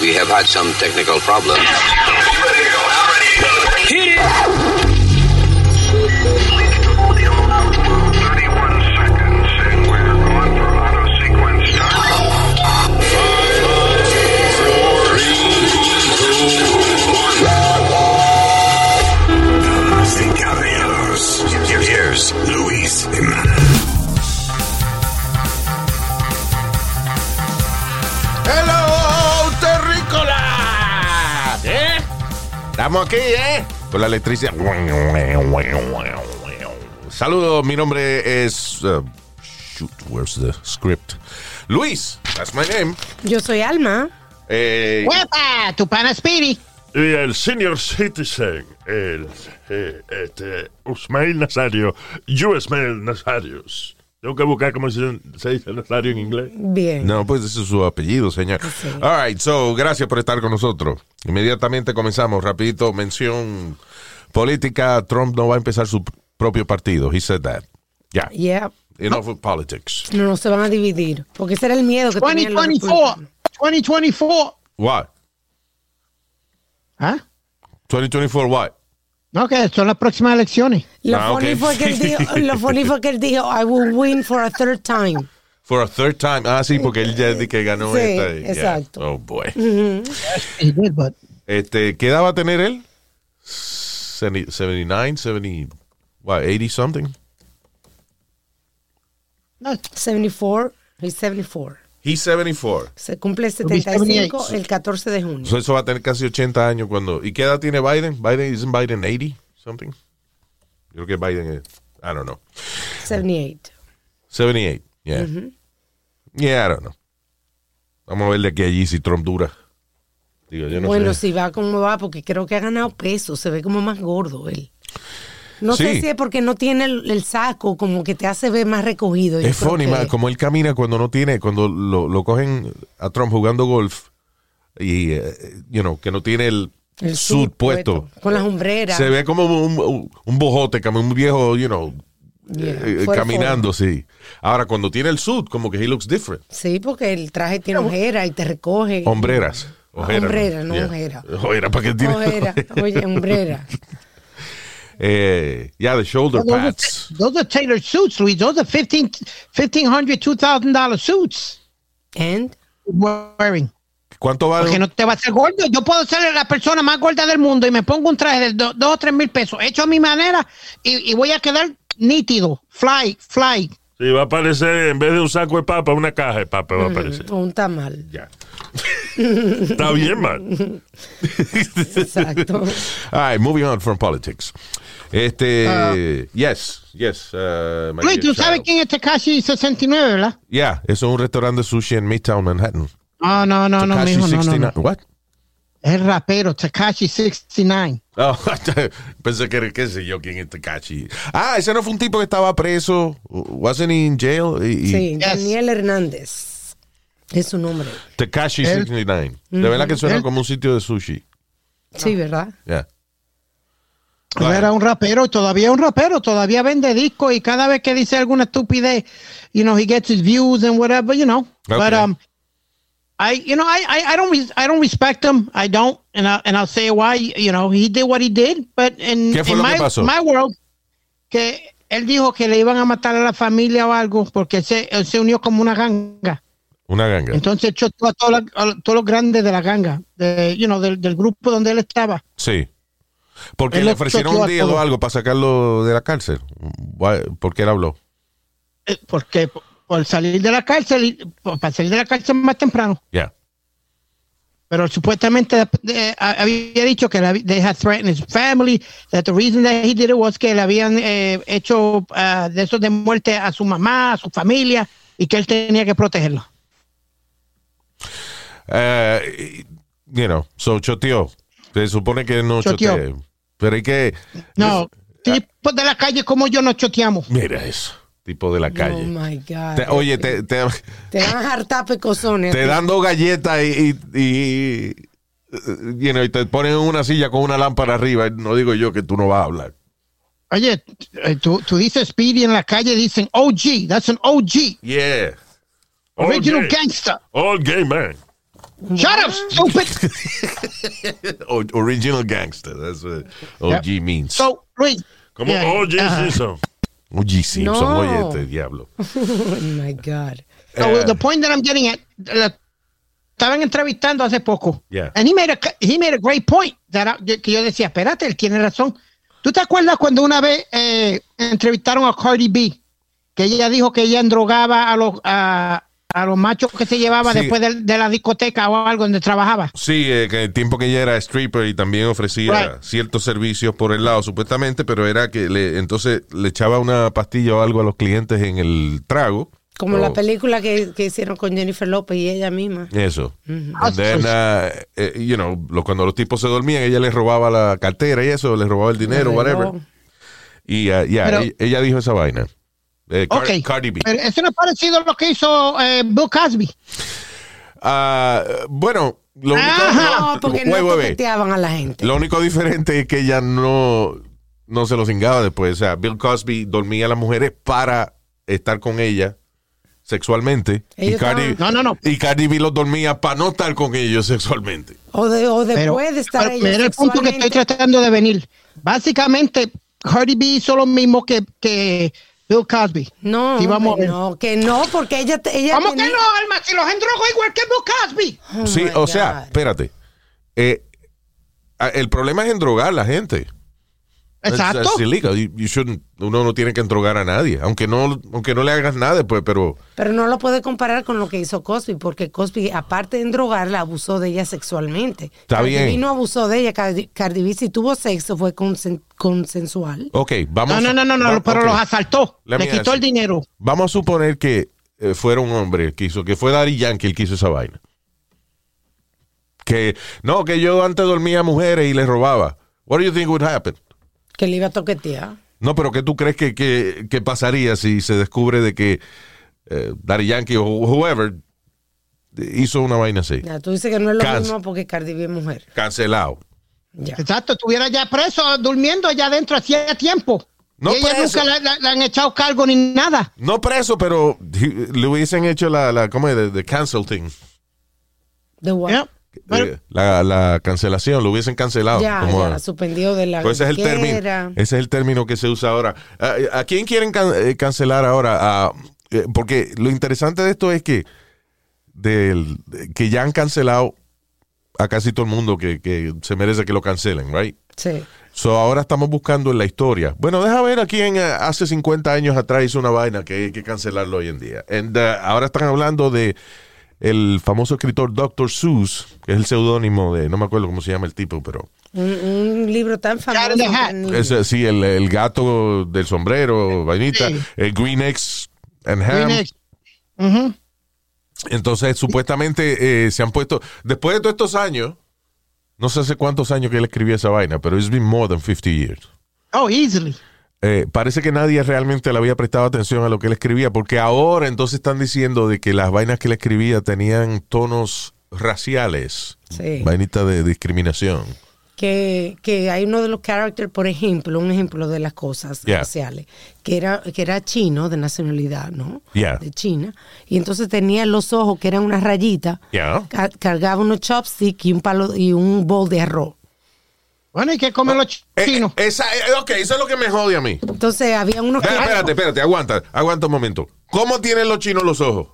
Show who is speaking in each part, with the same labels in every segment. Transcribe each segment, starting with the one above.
Speaker 1: We have had some technical problems.
Speaker 2: Hit it!
Speaker 3: and caballeros, here's Luis Jimenez.
Speaker 4: ¡Hello, terrícola! ¿Eh? Estamos aquí, ¿eh? Con la electricidad. Saludos, mi nombre es. uh, shoot, where's the script? Luis, that's my name.
Speaker 5: Yo soy Alma.
Speaker 4: Eh,
Speaker 6: ¡Huepa! ¡Tu pana Speedy!
Speaker 7: Y el senior citizen, el eh, este, Usmail Nazario, Usmail Nazarius. Tengo que buscar cómo se, se dice Nazario en inglés.
Speaker 5: Bien.
Speaker 4: No, pues ese es su apellido, señor.
Speaker 5: Sí.
Speaker 4: All right, so, gracias por estar con nosotros. Inmediatamente comenzamos, rapidito, mención política. Trump no va a empezar su propio partido. He said that. Yeah,
Speaker 5: Yeah.
Speaker 4: enough of politics.
Speaker 5: No, no se van a dividir. Porque ese era el miedo que tenían los
Speaker 6: 2024.
Speaker 5: republicanos.
Speaker 6: 2024.
Speaker 4: What?
Speaker 6: ¿Ah?
Speaker 4: 2024 what?
Speaker 6: No, que son las próximas elecciones.
Speaker 5: Lo,
Speaker 4: Ah,
Speaker 5: funny
Speaker 4: ok.
Speaker 5: fue que él dijo, lo funny fue que él dijo, I will win for a third time.
Speaker 4: For a third time. Ah, sí, porque él ya di que ganó
Speaker 5: Sí,
Speaker 4: esta. y- yeah.
Speaker 5: exacto.
Speaker 4: Oh, boy.
Speaker 6: He did, Eh, but-
Speaker 4: Este, ¿Qué edad va a tener él? 70 79, 70, what, 80 something?
Speaker 6: No,
Speaker 5: 74. He's 74.
Speaker 4: He's 74.
Speaker 5: Se cumple
Speaker 6: be
Speaker 5: 75
Speaker 6: 78.
Speaker 5: el 14 de junio.
Speaker 4: So eso va a tener casi 80 años cuando... ¿Y qué edad tiene Biden? Biden, isn't Biden 80 something? Yo creo que Biden es... I don't know.
Speaker 5: 78.
Speaker 4: 78, yeah. Yeah, I don't know. Vamos a ver de aquí a allí si Trump dura. Digo, yo no
Speaker 5: bueno,
Speaker 4: sé.
Speaker 5: si va como va, porque creo que ha ganado peso. Se ve como más gordo él. No
Speaker 4: Sí.
Speaker 5: sé si es porque no tiene el, el saco, como que te hace ver más recogido. Yo
Speaker 4: Es
Speaker 5: creo
Speaker 4: funny,
Speaker 5: que-
Speaker 4: man, como él camina cuando no tiene, cuando lo, lo cogen a Trump jugando golf y, eh, you know, que no tiene el,
Speaker 5: el
Speaker 4: suit
Speaker 5: suit
Speaker 4: puesto.
Speaker 5: Con las hombreras.
Speaker 4: Se ve como un, un bojote, como un viejo, you know,
Speaker 5: Yeah,
Speaker 4: eh,
Speaker 5: fuera de
Speaker 4: caminando, sí. Ahora, cuando tiene el suit, como que he looks different.
Speaker 5: Sí, porque el traje tiene ojera y te recoge.
Speaker 4: Hombreras. Ojeras,
Speaker 5: Hombreras, no
Speaker 4: Yeah.
Speaker 5: ojera.
Speaker 4: Ojera, ¿para qué tiene?
Speaker 5: Ojera, oye, hombrera.
Speaker 4: Eh, yeah, the shoulder
Speaker 6: those, are,
Speaker 4: pads.
Speaker 6: those are tailored suits, Luis. Those are 15, $1,500, $2,000 suits
Speaker 5: And
Speaker 6: wearing.
Speaker 4: ¿Cuánto
Speaker 6: Porque
Speaker 4: vale?
Speaker 6: no te va a hacer gordo. Yo puedo ser la persona más gorda del mundo y me pongo un traje de 2 o 3 mil pesos hecho a mi manera y, y voy a quedar nítido. Fly, fly.
Speaker 7: Sí, va a aparecer, en vez de un saco de papa, una caja de papa va a aparecer.
Speaker 5: un tamal.
Speaker 4: Ya.
Speaker 7: Está bien, man.
Speaker 5: Exacto.
Speaker 4: All right, moving on from politics. Este, yes, yes. Uh, my
Speaker 6: Ah. Luis,
Speaker 4: dear
Speaker 6: tú sabes
Speaker 4: child.
Speaker 6: quién es Tekashi 69, ¿verdad?
Speaker 4: Yeah, eso es un restaurante de sushi en Midtown Manhattan.
Speaker 6: No, no, no, no,
Speaker 4: Tekashi
Speaker 6: mijo, no, no,
Speaker 4: 69.
Speaker 6: no.
Speaker 4: What?
Speaker 6: Es rapero, Tekashi 69.
Speaker 4: Oh, pensé que era, qué sé yo, quién es Tekashi. Ah, ese no fue un tipo que estaba preso. Wasn't he in jail? Y- y-
Speaker 5: Sí,
Speaker 6: Yes.
Speaker 5: Daniel Hernández es su nombre.
Speaker 4: Tekashi
Speaker 6: Él-
Speaker 4: 69. De verdad que suena
Speaker 6: Él-
Speaker 4: como un sitio de sushi.
Speaker 5: Sí, ¿verdad?
Speaker 4: Yeah.
Speaker 6: Él
Speaker 4: Claro.
Speaker 6: era un rapero, todavía un rapero, todavía vende discos y cada vez que dice alguna estupidez, you know, he gets his views and whatever, you know.
Speaker 4: Okay.
Speaker 6: But um, I, you know, I, I, I don't, res- I don't respect him. I don't, and I, and I'll say why. You know, he did what he did, but in,
Speaker 4: ¿Qué fue
Speaker 6: in
Speaker 4: lo que
Speaker 6: my,
Speaker 4: pasó?
Speaker 6: my world, que él dijo que le iban a matar a la familia o algo porque él se, él se unió como una ganga.
Speaker 4: Una ganga.
Speaker 6: Entonces echó a todos los- a todos los grandes de la ganga, de, you know, del, del grupo donde él estaba.
Speaker 4: Sí. Porque
Speaker 6: Él
Speaker 4: le
Speaker 6: lo
Speaker 4: ofrecieron
Speaker 6: choqueó
Speaker 4: un
Speaker 6: a
Speaker 4: dedo o
Speaker 6: todos.
Speaker 4: algo para sacarlo de la cárcel. Why- ¿Por qué él habló?
Speaker 6: Eh, porque p- por salir de la cárcel, y- por- para salir de la cárcel más temprano,
Speaker 4: Yeah.
Speaker 6: pero supuestamente eh, ha- había dicho que le hab- they had threatened his family, that the reason that he did it was que le habían eh, hecho ah, de esos de muerte a su mamá, a su familia, y que él tenía que protegerlo.
Speaker 4: Eh, you know, so choteó. Se supone que no
Speaker 6: Choteó.
Speaker 4: choteó. Pero hay que.
Speaker 6: No, tipos de la calle como yo nos choteamos.
Speaker 4: Mira eso. Tipo de la
Speaker 5: Oh
Speaker 4: calle.
Speaker 5: my God.
Speaker 4: Te- oye, te, te,
Speaker 5: Te van a hartar pecosones.
Speaker 4: te dan dos galletas y. y, y you know, y te ponen en una silla con una lámpara arriba. No digo yo que tú no vas a hablar.
Speaker 6: Oye, eh, tú, tú dices Speedy en la calle, dicen OG, that's an OG,
Speaker 4: Yeah.
Speaker 7: All
Speaker 6: original
Speaker 7: gay.
Speaker 6: gangster.
Speaker 7: All gay man.
Speaker 6: Shut up, stupid.
Speaker 4: O- original gangster. That's what OG means.
Speaker 6: So, Luis.
Speaker 7: Como
Speaker 6: yeah,
Speaker 7: oye,
Speaker 6: uh,
Speaker 7: Simpson.
Speaker 4: OG Simpson.
Speaker 5: No.
Speaker 4: Oye, este diablo.
Speaker 5: Oh my God.
Speaker 6: So the point that I'm getting at, la- estaban entrevistando hace poco.
Speaker 4: Yeah.
Speaker 6: And he made a, he made a great point that I- que yo decía, espérate, él tiene razón. ¿Tú te acuerdas cuando una vez eh, entrevistaron a Cardi B? Que ella dijo que ella endrogaba a los, a, a los machos que se llevaba
Speaker 4: Sí.
Speaker 6: después de, de la discoteca o algo donde trabajaba.
Speaker 4: Sí, eh, que el tiempo que ella era stripper y también ofrecía
Speaker 6: Right.
Speaker 4: ciertos servicios por el lado, supuestamente, pero era que le, entonces le echaba una pastilla o algo a los clientes en el trago. Oh.
Speaker 5: Como
Speaker 4: O-
Speaker 5: la película que, que hicieron con Jennifer López y ella misma.
Speaker 4: Eso. And then, uh, eh, you know, lo- cuando los tipos se dormían, ella les robaba la cartera y eso, les robaba el dinero,
Speaker 5: El reloj.
Speaker 4: whatever. Y ah, ya,
Speaker 6: Pero-
Speaker 4: ella, ella dijo esa vaina. Eh, Car-
Speaker 6: Ok.
Speaker 4: Cardi B.
Speaker 6: Pero eso no es parecido a lo que hizo eh, Bill Cosby.
Speaker 4: Ah, bueno, lo único,
Speaker 6: Ah.
Speaker 5: Ah, No,
Speaker 4: lo-
Speaker 5: porque
Speaker 4: wait,
Speaker 5: no
Speaker 4: wait, wait.
Speaker 5: toqueteaban a la gente.
Speaker 4: Lo único diferente es que ella no, no se lo cingaba después. O sea, Bill Cosby dormía a las mujeres para estar con ella sexualmente. Y
Speaker 5: Ellos
Speaker 4: Cardi,
Speaker 6: No, no, no.
Speaker 4: y Cardi B los dormía para no estar con ellos sexualmente.
Speaker 5: O, de, o
Speaker 6: Pero,
Speaker 5: después de estar
Speaker 6: pero-
Speaker 5: ellos
Speaker 6: pero el punto que estoy
Speaker 5: sexualmente.
Speaker 6: tratando de venir. Básicamente, Cardi B hizo lo mismo que, que Bill Cosby.
Speaker 5: No,
Speaker 6: Sí, vamos a
Speaker 5: hombre,
Speaker 6: ver.
Speaker 5: no, que no, porque ella... te- ella
Speaker 6: ¿Cómo
Speaker 5: tenía-
Speaker 6: que no, Alma? Si los endrogó igual que Bill Cosby.
Speaker 5: Oh,
Speaker 4: sí,
Speaker 5: my
Speaker 4: o sea,
Speaker 5: God.
Speaker 4: espérate. Eh, a- el problema es endrogar a la gente. That's-
Speaker 6: Exacto.
Speaker 4: that's illegal. You- you shouldn't- uno no tiene que endrogar a nadie. Aunque no, aunque no le hagas nada después, pero.
Speaker 5: Pero no lo puede comparar con lo que hizo Cosby, porque Cosby, aparte de drogarla, abusó de ella sexualmente.
Speaker 4: Está
Speaker 5: Cardi
Speaker 4: bien.
Speaker 5: B no abusó de ella. Cardi, Cardi B, si tuvo sexo, fue consen- consensual.
Speaker 4: Ok, vamos.
Speaker 6: No, no, no, no, no
Speaker 4: va-
Speaker 6: pero
Speaker 4: ok.
Speaker 6: los asaltó.
Speaker 4: Let
Speaker 6: le
Speaker 4: me
Speaker 6: quitó
Speaker 4: ask
Speaker 6: el
Speaker 4: you.
Speaker 6: dinero.
Speaker 4: Vamos a suponer que eh, fuera un hombre el que hizo, que fue Daddy Yankee el que hizo esa vaina. Que, no, que yo antes dormía a mujeres y les robaba. What do you think would happen?
Speaker 5: Que le iba a toquetear.
Speaker 4: No, pero ¿qué tú crees que, que- que pasaría si se descubre de que eh, Daddy Yankee o wh- whoever hizo una vaina así?
Speaker 5: Ya, tú dices que no es lo
Speaker 4: Cans-
Speaker 5: mismo porque Cardi B es mujer.
Speaker 4: Cancelado.
Speaker 5: Ya.
Speaker 6: Exacto, estuviera ya preso, durmiendo allá adentro hacía tiempo.
Speaker 4: No pues,
Speaker 6: y ella
Speaker 4: preso.
Speaker 6: nunca le, le- le han echado cargo ni nada.
Speaker 4: No preso, pero he- le hubiesen hecho la, la ¿cómo es? The, the cancel thing.
Speaker 5: The what?
Speaker 6: Yeah. Bueno,
Speaker 4: Eh, la, la cancelación, lo hubiesen cancelado.
Speaker 5: Ya,
Speaker 4: como-
Speaker 5: ya, suspendido de la
Speaker 4: Ah, Pues ese es el
Speaker 5: disquera.
Speaker 4: término. Ese es el término que se usa ahora. ¿A, a quién quieren can- eh, cancelar ahora? A- eh, porque lo interesante de esto es que del, que ya han cancelado a casi todo el mundo que, que se merece que lo cancelen, right?
Speaker 5: Sí.
Speaker 4: So ahora estamos buscando en la historia. Bueno, deja ver a quién eh, hace 50 años atrás hizo una vaina que hay que cancelarlo hoy en día. And, eh, ahora están hablando de el famoso escritor Dr. Seuss, que es el seudónimo de, no me acuerdo cómo se llama el tipo, pero
Speaker 5: Un, un libro tan famoso.
Speaker 6: Cat in the Hat.
Speaker 5: que ni-
Speaker 4: Ese, sí, el, el gato del sombrero, vainita, el Green Eggs and Ham.
Speaker 6: Kleenex. Ujú.
Speaker 4: Entonces, supuestamente eh, se han puesto, después de todos estos años, no sé hace cuántos años que él escribió esa vaina, pero it's been more than 50 years.
Speaker 6: Oh, easily.
Speaker 4: Eh, parece que nadie realmente le había prestado atención a lo que él escribía, porque ahora entonces están diciendo de que las vainas que él escribía tenían tonos raciales,
Speaker 5: Sí.
Speaker 4: vainita de discriminación.
Speaker 5: que, que hay uno de los characters, por ejemplo, un ejemplo de las cosas
Speaker 4: Yeah.
Speaker 5: raciales, que era, que era chino de nacionalidad, ¿no?
Speaker 4: Yeah.
Speaker 5: De China. Y entonces tenía los ojos que eran unas rayitas,
Speaker 4: Yeah.
Speaker 5: ca- cargaba unos chopsticks y un palo y un bol de arroz.
Speaker 6: Bueno, ¿y qué comen los
Speaker 4: Eh,
Speaker 6: chinos?
Speaker 4: esa, eh, ok, eso es lo que me jode a mí.
Speaker 5: Entonces había unos que
Speaker 4: Espérate, espérate, espérate, aguanta, aguanta un momento. ¿Cómo tienen los chinos los ojos?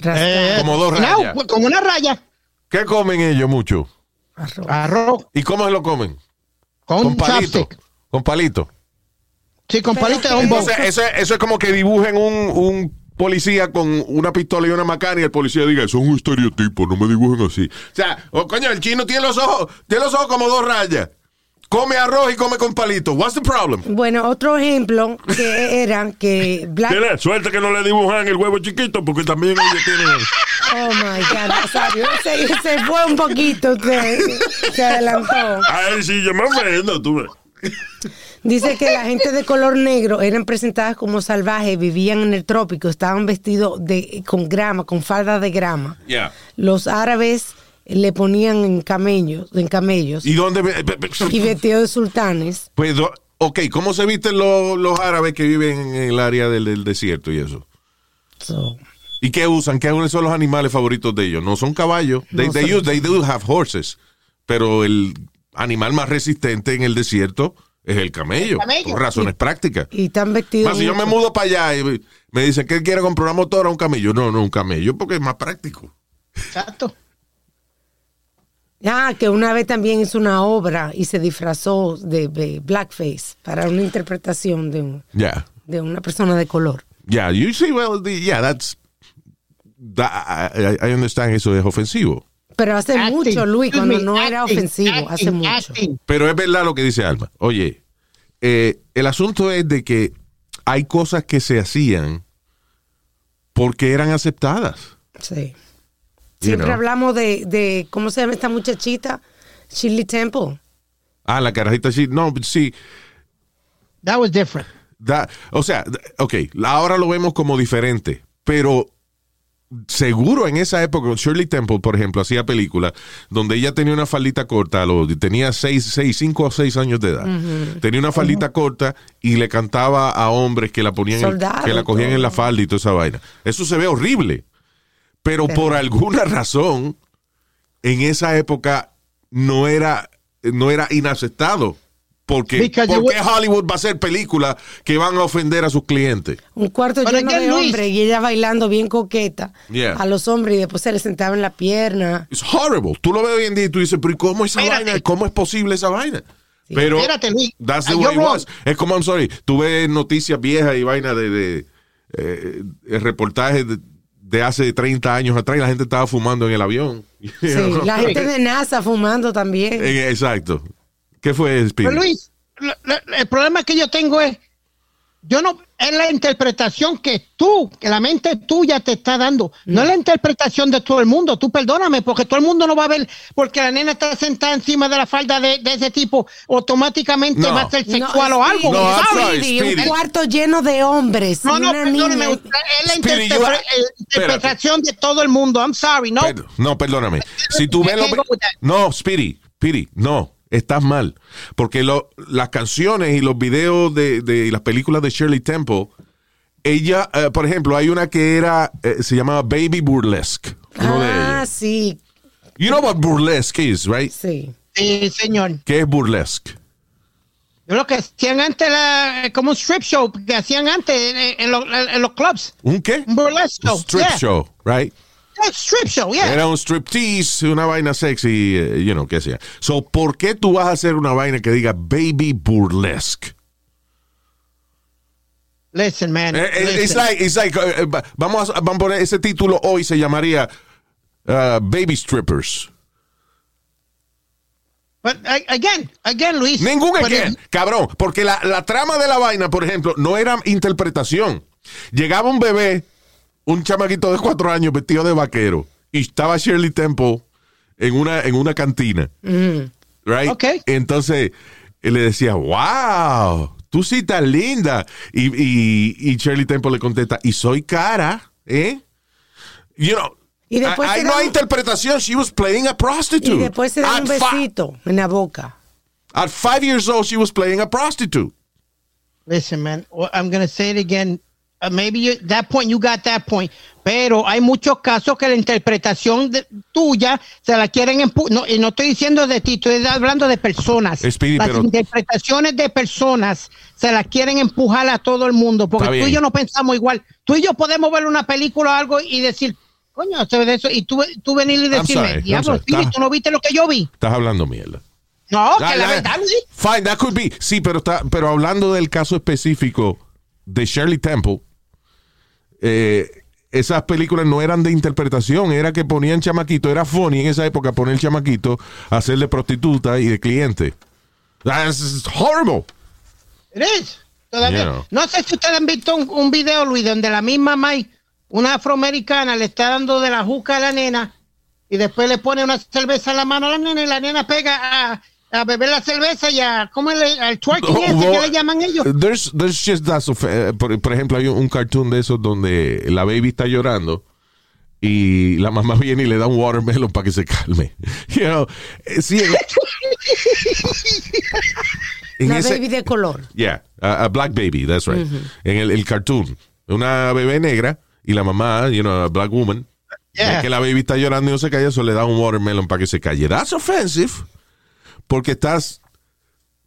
Speaker 5: rasgaban
Speaker 4: como dos rayas.
Speaker 6: No, Eh, con una raya.
Speaker 4: ¿Qué comen ellos mucho?
Speaker 5: arroz.
Speaker 6: Arroz
Speaker 4: ¿Y cómo lo comen?
Speaker 6: con,
Speaker 4: Con
Speaker 6: un
Speaker 4: palito.
Speaker 6: chopstick.
Speaker 4: Con palito.
Speaker 6: Sí, con
Speaker 5: Pero
Speaker 6: palito de
Speaker 5: que-
Speaker 6: un bowl.
Speaker 4: Entonces, eso, es- eso es como que dibujen un, un policía con una pistola y una macana y el policía diga, eso es un estereotipo, no me dibujen así. O sea, oh, coño, el chino tiene los ojos, tiene los ojos como dos rayas. Come arroz y come con palito. What's the problem?
Speaker 5: Bueno, otro ejemplo que eran que Black
Speaker 7: Tiene suerte que no le dibujan el huevo chiquito, porque también ellos tienen.
Speaker 5: Oh my God, Nazario, se, se fue un poquito, se, se adelantó.
Speaker 7: Ay, sí, yo me ofendo, tú ves.
Speaker 5: Dice que la gente de color negro eran presentadas como salvajes, vivían en el trópico, estaban vestidos de, con grama, con falda de grama.
Speaker 4: Yeah.
Speaker 5: Los árabes le ponían en camellos, en camellos
Speaker 4: ¿Y dónde? ve-
Speaker 5: y vestidos de sultanes.
Speaker 4: Pues, do- ok, ¿cómo se visten los, los árabes que viven en el área del, del desierto y eso?
Speaker 5: So,
Speaker 4: ¿Y qué usan? ¿Qué son los animales favoritos de ellos? No son caballos. They,
Speaker 5: No
Speaker 4: they
Speaker 5: son-
Speaker 4: use- they do have horses. Pero el animal más resistente en el desierto es el camello.
Speaker 6: camello.
Speaker 4: Por razones prácticas.
Speaker 5: Y están vestidos.
Speaker 4: Más, si yo me mudo para allá y me dicen que quiere comprar una motora o un camello. No, no, un camello porque es más práctico.
Speaker 6: Exacto.
Speaker 5: Ah, que una vez también hizo una obra y se disfrazó de, de blackface para una interpretación de, un-
Speaker 4: Ya.
Speaker 5: de una persona de color.
Speaker 4: Yeah, you see, well, the- yeah, that's. that- I, I- I understand, eso es ofensivo.
Speaker 5: Pero hace
Speaker 6: Acting.
Speaker 5: mucho, Luis,
Speaker 6: Excuse
Speaker 5: cuando
Speaker 6: me,
Speaker 5: no era
Speaker 6: acting,
Speaker 5: ofensivo, hace
Speaker 6: acting,
Speaker 5: mucho.
Speaker 6: acting.
Speaker 4: Pero es verdad lo que dice Alma. Oye, eh, el asunto es de que hay cosas que se hacían porque eran aceptadas.
Speaker 5: Sí.
Speaker 4: You
Speaker 5: Siempre
Speaker 4: know.
Speaker 5: hablamos de, de, ¿cómo se llama esta muchachita? Shirley Temple.
Speaker 4: Ah, la carajita sí. No, sí.
Speaker 6: That was different.
Speaker 4: da- o sea, da- ok, ahora lo vemos como diferente, pero seguro en esa época, Shirley Temple, por ejemplo, hacía películas donde ella tenía una faldita corta, a los- tenía 6, seis 5 o 6 años de edad. Tenía una faldita corta y le cantaba a hombres que la ponían, en-
Speaker 5: Soldados
Speaker 4: que la
Speaker 5: y
Speaker 4: cogían
Speaker 5: todo.
Speaker 4: en la falda y toda esa vaina. Eso se ve horrible, pero por alguna razón, en esa época no era, no era inaceptado. Porque,
Speaker 6: Because you
Speaker 4: ¿Por qué
Speaker 6: would-
Speaker 4: Hollywood va a hacer películas que van a ofender a sus clientes?
Speaker 5: Un cuarto
Speaker 6: Pero
Speaker 5: lleno
Speaker 6: es que,
Speaker 5: de
Speaker 6: Luis-
Speaker 5: hombres y ella bailando bien coqueta
Speaker 4: Yeah.
Speaker 5: a los hombres y después se le sentaba en la pierna.
Speaker 4: It's horrible. Tú lo ves hoy en día y tú dices, pero ¿y cómo esa
Speaker 6: Espérate.
Speaker 4: vaina? ¿Cómo es posible esa vaina? Pero
Speaker 6: eh, Espérate, Luis.
Speaker 4: that's the
Speaker 6: Ah,
Speaker 4: way
Speaker 6: you're
Speaker 4: it was.
Speaker 6: wrong.
Speaker 4: Es como, I'm sorry, tú ves noticias viejas y vaina de, de, eh, eh, reportajes de, de hace 30 años atrás y la gente estaba fumando en el avión.
Speaker 5: Sí, la gente de NASA fumando también.
Speaker 4: Eh, Exacto. ¿Qué fue, Speedy?
Speaker 6: Pero Luis, lo- lo- el problema que yo tengo es, yo no, es la interpretación que tú, que la mente tuya te está dando, no
Speaker 5: Mm.
Speaker 6: es la interpretación de todo el mundo, tú perdóname, porque todo el mundo no va a ver, porque la nena está sentada encima de la falda de, de ese tipo, automáticamente
Speaker 4: No.
Speaker 6: va a ser
Speaker 5: No,
Speaker 6: sexual o
Speaker 5: Speedy,
Speaker 6: algo.
Speaker 4: No, I'm
Speaker 6: ¿sabes?
Speaker 4: sorry,
Speaker 5: Speedy, un
Speaker 4: Speedy.
Speaker 5: cuarto lleno de hombres.
Speaker 6: No,
Speaker 5: y
Speaker 6: no,
Speaker 5: una
Speaker 6: perdóneme,
Speaker 5: niña.
Speaker 6: es la
Speaker 4: Speedy, you
Speaker 6: interpre-
Speaker 4: are-
Speaker 6: eh, interpretación de todo el mundo, I'm sorry, no.
Speaker 4: Pero- no, perdóname. Si tú ves
Speaker 6: I
Speaker 4: los...
Speaker 6: can't go with that.
Speaker 4: No, Spiri, Spiri, no. Estás mal. Porque lo- las canciones y los videos de, de- y las películas de Shirley Temple, ella, eh, por ejemplo, hay una que era, eh, se llamaba Baby Burlesque. Uno de
Speaker 5: Ah,
Speaker 4: ellos.
Speaker 5: sí,
Speaker 4: You know what burlesque is, right?
Speaker 5: sí.
Speaker 6: Sí, señor.
Speaker 4: ¿Qué es burlesque?
Speaker 6: Yo lo que hacían antes era eh, como un strip show que hacían antes eh, en, los- en los clubs.
Speaker 4: ¿Un qué?
Speaker 6: Un burlesque
Speaker 4: Un
Speaker 6: show.
Speaker 4: strip
Speaker 6: yeah.
Speaker 4: show, right?
Speaker 6: Yeah, strip show, yeah.
Speaker 4: Era un striptease, una vaina sexy, eh, you know, qué sea. So, ¿por qué tú vas a hacer una vaina que diga Baby Burlesque?
Speaker 6: Listen, man.
Speaker 4: Eh, eh,
Speaker 6: listen.
Speaker 4: it's like, it's like, eh, eh, va- vamos, a, vamos a poner ese título hoy, se llamaría uh, Baby Strippers.
Speaker 6: But I- again, again, Luis.
Speaker 4: Ningún
Speaker 6: but
Speaker 4: again,
Speaker 6: it-
Speaker 4: cabrón, porque la, la trama de la vaina, por ejemplo, no era interpretación. Llegaba un bebé, un chamaquito de cuatro años vestido de vaquero, y estaba Shirley Temple en una, en una cantina.
Speaker 5: Mm.
Speaker 4: Right?
Speaker 6: Ok.
Speaker 4: Entonces, él le decía, wow, tú sí estás linda. Y, y, y Shirley Temple le contesta, y soy cara, ¿eh? You know,
Speaker 5: Y después
Speaker 4: ahí
Speaker 5: se
Speaker 4: no
Speaker 5: dan-
Speaker 4: hay interpretación. She was playing a prostitute. Ah,
Speaker 5: Y después se da
Speaker 4: At
Speaker 5: un
Speaker 4: fi-
Speaker 5: besito en la boca.
Speaker 4: At five years old, she was playing a prostitute.
Speaker 6: Listen, man. well, I'm going to say it again. Uh, maybe you, that point, you got that point. Pero hay muchos casos que la interpretación de- tuya se la quieren empu- no, y no estoy diciendo de ti, estoy hablando de personas.
Speaker 4: Speedy,
Speaker 6: las
Speaker 4: pero-
Speaker 6: interpretaciones de personas se las quieren empujar a todo el mundo porque
Speaker 4: Está
Speaker 6: tú
Speaker 4: bien.
Speaker 6: y yo no pensamos igual. Tú y yo podemos ver una película o algo y decir, coño, se ve de eso. Y tú, tú venir y
Speaker 4: I'm
Speaker 6: decirme,
Speaker 4: sorry, I'm
Speaker 6: diablo,
Speaker 4: sorry,
Speaker 6: Speedy,
Speaker 4: está-
Speaker 6: tú no viste lo que yo vi.
Speaker 4: Estás hablando mierda.
Speaker 6: No, que
Speaker 4: Ah,
Speaker 6: la
Speaker 4: ya.
Speaker 6: verdad, Luis.
Speaker 4: Fine, that could be. Sí, pero, está, pero hablando del caso específico de Shirley Temple, eh, esas películas no eran de interpretación, era que ponían chamaquito, era funny en esa época poner chamaquito a ser de prostituta y de cliente. That's horrible.
Speaker 6: It is. Todavía.
Speaker 4: Yeah.
Speaker 6: No sé si ustedes han visto un, un video, Luis, donde la misma May, una afroamericana, le está dando de la juca a la nena y después le pone una cerveza en la mano a la nena y la nena pega a, a beber la cerveza y a, ¿cómo es el, al twerking ese
Speaker 4: Hubo-
Speaker 6: que le llaman ellos?
Speaker 4: There's, there's just that of- eh, por, por ejemplo, hay un cartoon de esos donde la baby está llorando y la mamá viene y le da un watermelon para que se calme. You know, eh, sí, en- en
Speaker 5: Una
Speaker 4: ese-
Speaker 5: baby de color.
Speaker 4: Yeah, a, a black baby, that's right. En el, el cartoon, una bebé negra Y la mamá, you know, a black woman,
Speaker 6: Yeah.
Speaker 4: ve que la baby está llorando y no se calla, eso le da un watermelon para que se calle. That's offensive. Porque estás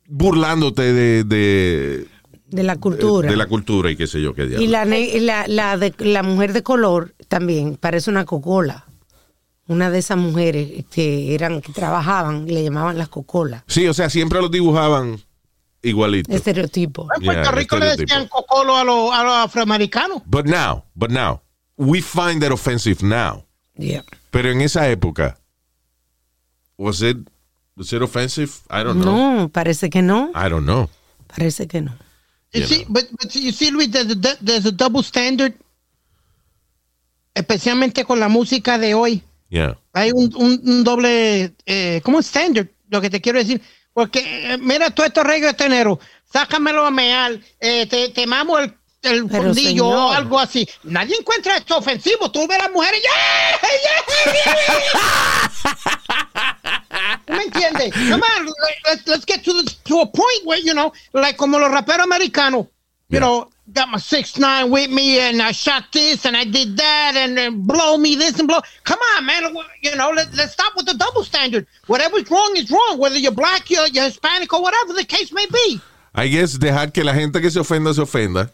Speaker 4: burlándote de, de,
Speaker 5: de la cultura.
Speaker 4: Eh, de la cultura y qué sé yo qué diablo.
Speaker 5: y la, ne- y la, la, de, la mujer de color también parece una cocola. Una de esas mujeres que eran que trabajaban, le llamaban las cocolas.
Speaker 4: Sí, o sea, siempre los dibujaban igualito.
Speaker 5: Estereotipo.
Speaker 6: En Puerto
Speaker 4: Yeah,
Speaker 6: Rico le
Speaker 4: estereotipo.
Speaker 6: decían cocolo a los a los afroamericanos.
Speaker 4: But now, but now, we find that offensive now.
Speaker 5: Yeah.
Speaker 4: Pero en esa época, was it, was it offensive? I don't know.
Speaker 5: No, parece que no.
Speaker 4: I don't know.
Speaker 5: Parece que no.
Speaker 6: You
Speaker 4: You
Speaker 6: see, but, but you see, Luis, there's a, du- there's a double standard, especialmente con la música de hoy.
Speaker 4: Yeah.
Speaker 6: Hay un, un- un doble, eh, ¿cómo standard? Lo que te quiero decir. Porque, eh, mira, todo esto reggaetonero, sácamelo a meal, eh, te, te mamo el, el
Speaker 5: Pero,
Speaker 6: fundillo o
Speaker 5: señor.
Speaker 6: algo así. Nadie encuentra esto ofensivo. Tú ves a las mujeres, ¡yeah! ¡yeah! yeah". ¿Tú ¿Me entiendes? Come on, let's, let's get to, the, to a point where, you know, like como los raperos americanos,
Speaker 4: Yeah.
Speaker 6: you know, got my 6'9 with me and I shot this and I did that and, and blow me this and blow. Come on, man. You know, let, let's stop with the double standard. Whatever's wrong is wrong, whether you're black, you're, you're Hispanic, or whatever the case may be.
Speaker 4: I guess dejar que la gente que se ofenda se ofenda.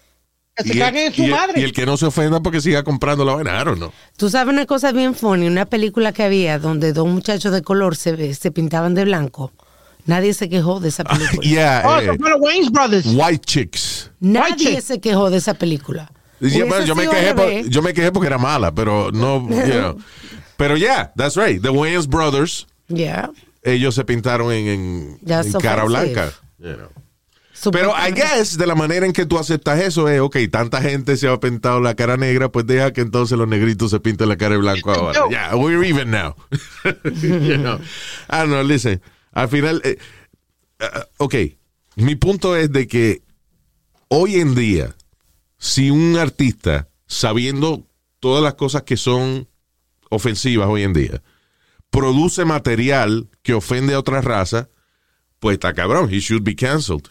Speaker 6: Que se
Speaker 4: Y el,
Speaker 6: caguen en su
Speaker 4: y el-
Speaker 6: madre.
Speaker 4: y el que no se ofenda porque siga comprando la vaina. I don't know.
Speaker 5: Tú sabes una cosa bien funny, una película que había donde dos muchachos de color se, se pintaban de blanco. Nadie se quejó de esa película.
Speaker 4: yeah.
Speaker 6: oh,
Speaker 4: eh,
Speaker 6: so one of Wayne's brothers.
Speaker 4: white chicks.
Speaker 5: Nadie
Speaker 6: Guache.
Speaker 5: se quejó de esa película.
Speaker 4: Yeah,
Speaker 5: Hubiese
Speaker 4: bueno, yo, me
Speaker 5: sido al
Speaker 4: quejé por-
Speaker 5: revés.
Speaker 4: yo me quejé porque era mala, pero no. you know. Pero yeah, that's right. The Wayans Brothers,
Speaker 5: Yeah.
Speaker 4: ellos se pintaron en, en-
Speaker 5: That's
Speaker 4: en cara
Speaker 5: offensive.
Speaker 4: blanca. you know. Pero I
Speaker 5: Supuestamente-
Speaker 4: guess de la manera en que tú aceptas eso es, ok, tanta gente se ha pintado la cara negra, pues deja que entonces los negritos se pinten la cara de blanco ahora.
Speaker 6: No.
Speaker 4: Yeah, we're even now. you know. I don't know, listen. Al final, eh, eh, ok, mi punto es de que hoy en día, si un artista, sabiendo todas las cosas que son ofensivas hoy en día, produce material que ofende a otra raza, pues está cabrón, he should be canceled.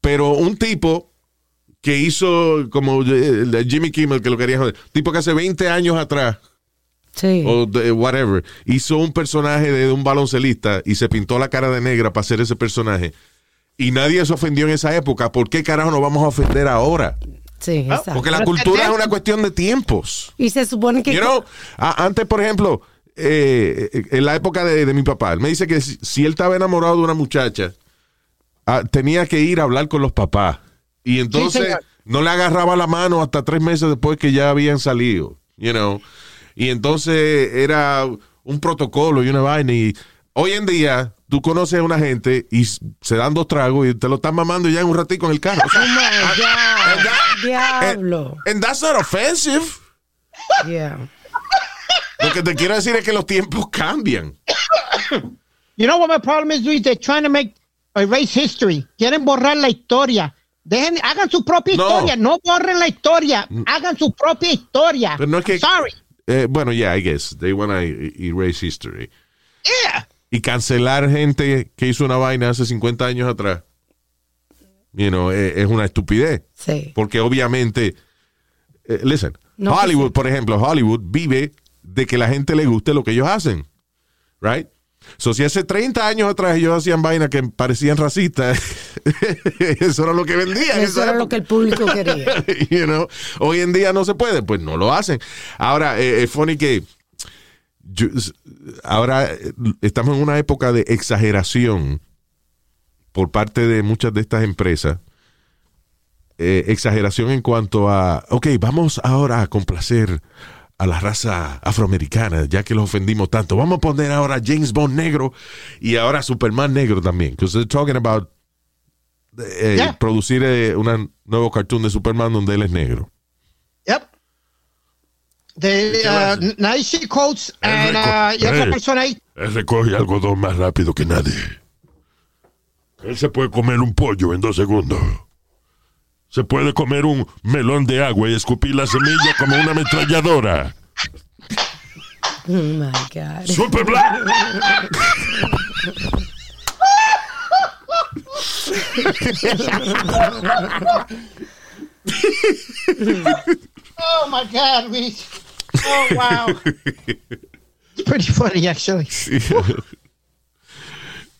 Speaker 4: Pero un tipo que hizo como eh, el de Jimmy Kimmel, que lo quería joder, tipo que hace 20 años atrás,
Speaker 5: Sí.
Speaker 4: o de- whatever, hizo un personaje de un baloncelista y se pintó la cara de negra para hacer ese personaje. Y nadie se ofendió en esa época. ¿Por qué carajo nos vamos a ofender ahora?
Speaker 5: Sí, exacto.
Speaker 4: Ah, Porque la
Speaker 6: Pero es que
Speaker 4: cultura es
Speaker 6: tiempo-
Speaker 4: una cuestión de tiempos.
Speaker 5: Y se supone que
Speaker 4: You know, a- antes, por ejemplo, eh, eh, en la época de, de mi papá, él me dice que si, si él estaba enamorado de una muchacha, ah, tenía que ir a hablar con los papás. Y entonces
Speaker 6: señor.
Speaker 4: no le agarraba la mano hasta tres meses después que ya habían salido. You know? Y entonces era un protocolo y una vaina. Y hoy en día tú conoces a una gente y s- se dan dos tragos y te lo están mamando ya en un ratico en el carro. O sea, ah, and that-
Speaker 5: Oh diablo.
Speaker 4: and that's not offensive.
Speaker 5: Yeah.
Speaker 4: Lo que te quiero decir es que los tiempos cambian.
Speaker 6: You know what my problem is, Luis? They're trying to make erase history. Quieren borrar la historia. Dejen, hagan su propia
Speaker 4: No. Mm.
Speaker 6: historia. No borren la historia. Hagan su propia historia.
Speaker 4: Pero no es que-
Speaker 6: Sorry.
Speaker 4: Eh, bueno, yeah, I guess. They want to erase history.
Speaker 6: Yeah.
Speaker 4: Y cancelar gente que hizo una vaina hace 50 años atrás. You know, eh, es una estupidez.
Speaker 5: Sí.
Speaker 4: Porque obviamente, eh, listen,
Speaker 5: No, pues
Speaker 4: Hollywood, por ejemplo, Hollywood vive de que la gente le guste lo que ellos hacen. Right? So, si hace 30 años atrás ellos hacían vainas que parecían racistas, eso era lo que vendían. en
Speaker 5: Eso
Speaker 4: esa
Speaker 5: era lo
Speaker 4: época.
Speaker 5: que el público quería.
Speaker 4: You know, Hoy en día no se puede, pues no lo hacen. Ahora, eh, es funny que yo- s- ahora eh, estamos en una época de exageración por parte de muchas de estas empresas. Eh, exageración en cuanto a, ok, vamos ahora a complacer a la raza afroamericana, ya que los ofendimos tanto. Vamos a poner ahora a James Bond negro y ahora Superman negro también. Because they're talking about eh,
Speaker 6: Yeah.
Speaker 4: producir eh, un nuevo cartoon de Superman donde él es negro.
Speaker 6: Yep. De uh, Naishi Coates
Speaker 4: Ah,
Speaker 6: and, uh, y otra
Speaker 7: Hey.
Speaker 6: persona ahí.
Speaker 7: Él recoge algodón más rápido que nadie. Él se puede comer un pollo en dos segundos. Se puede comer un melón de agua y escupir la semilla como una ametralladora.
Speaker 5: Oh my God.
Speaker 7: ¡Super Black!
Speaker 6: Oh my God, Luis. Oh wow. it's pretty funny actually.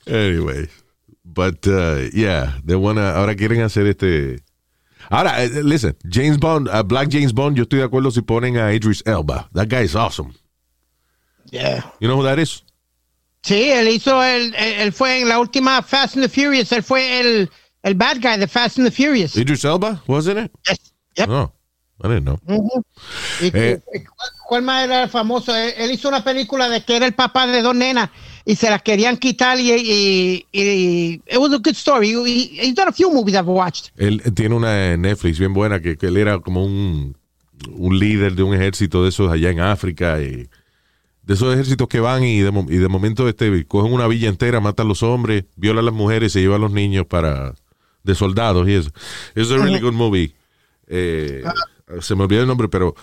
Speaker 4: anyway, but uh, yeah, they wanna, ahora quieren hacer este. Ahora, eh, listen, James Bond, a Black James Bond, yo estoy de acuerdo si ponen a Idris Elba. That guy is awesome.
Speaker 6: Yeah.
Speaker 4: You know who that is?
Speaker 6: Sí, él hizo el, él, él fue en la última Fast and the Furious, él fue el, el bad guy de Fast and the Furious.
Speaker 4: Idris Elba, wasn't it?
Speaker 6: Yes. Yep.
Speaker 4: No, I didn't know.
Speaker 6: Ujú. ¿Y
Speaker 4: Eh.
Speaker 6: cu- cuál- ¿Cuál más era el famoso? Él, él hizo una película de que era el papá de dos nenas y se las querían quitar y, y, y- it was a good story. He, he's done a few movies I've watched.
Speaker 4: Él eh, tiene una en Netflix bien buena que, que él era como un, un líder de un ejército de esos allá en África y de esos ejércitos que van y de, mo- y de momento este cogen una villa entera, matan a los hombres, violan a las mujeres, se llevan a los niños para de soldados y eso. Es un really good movie. Eh, se me olvidó el nombre, pero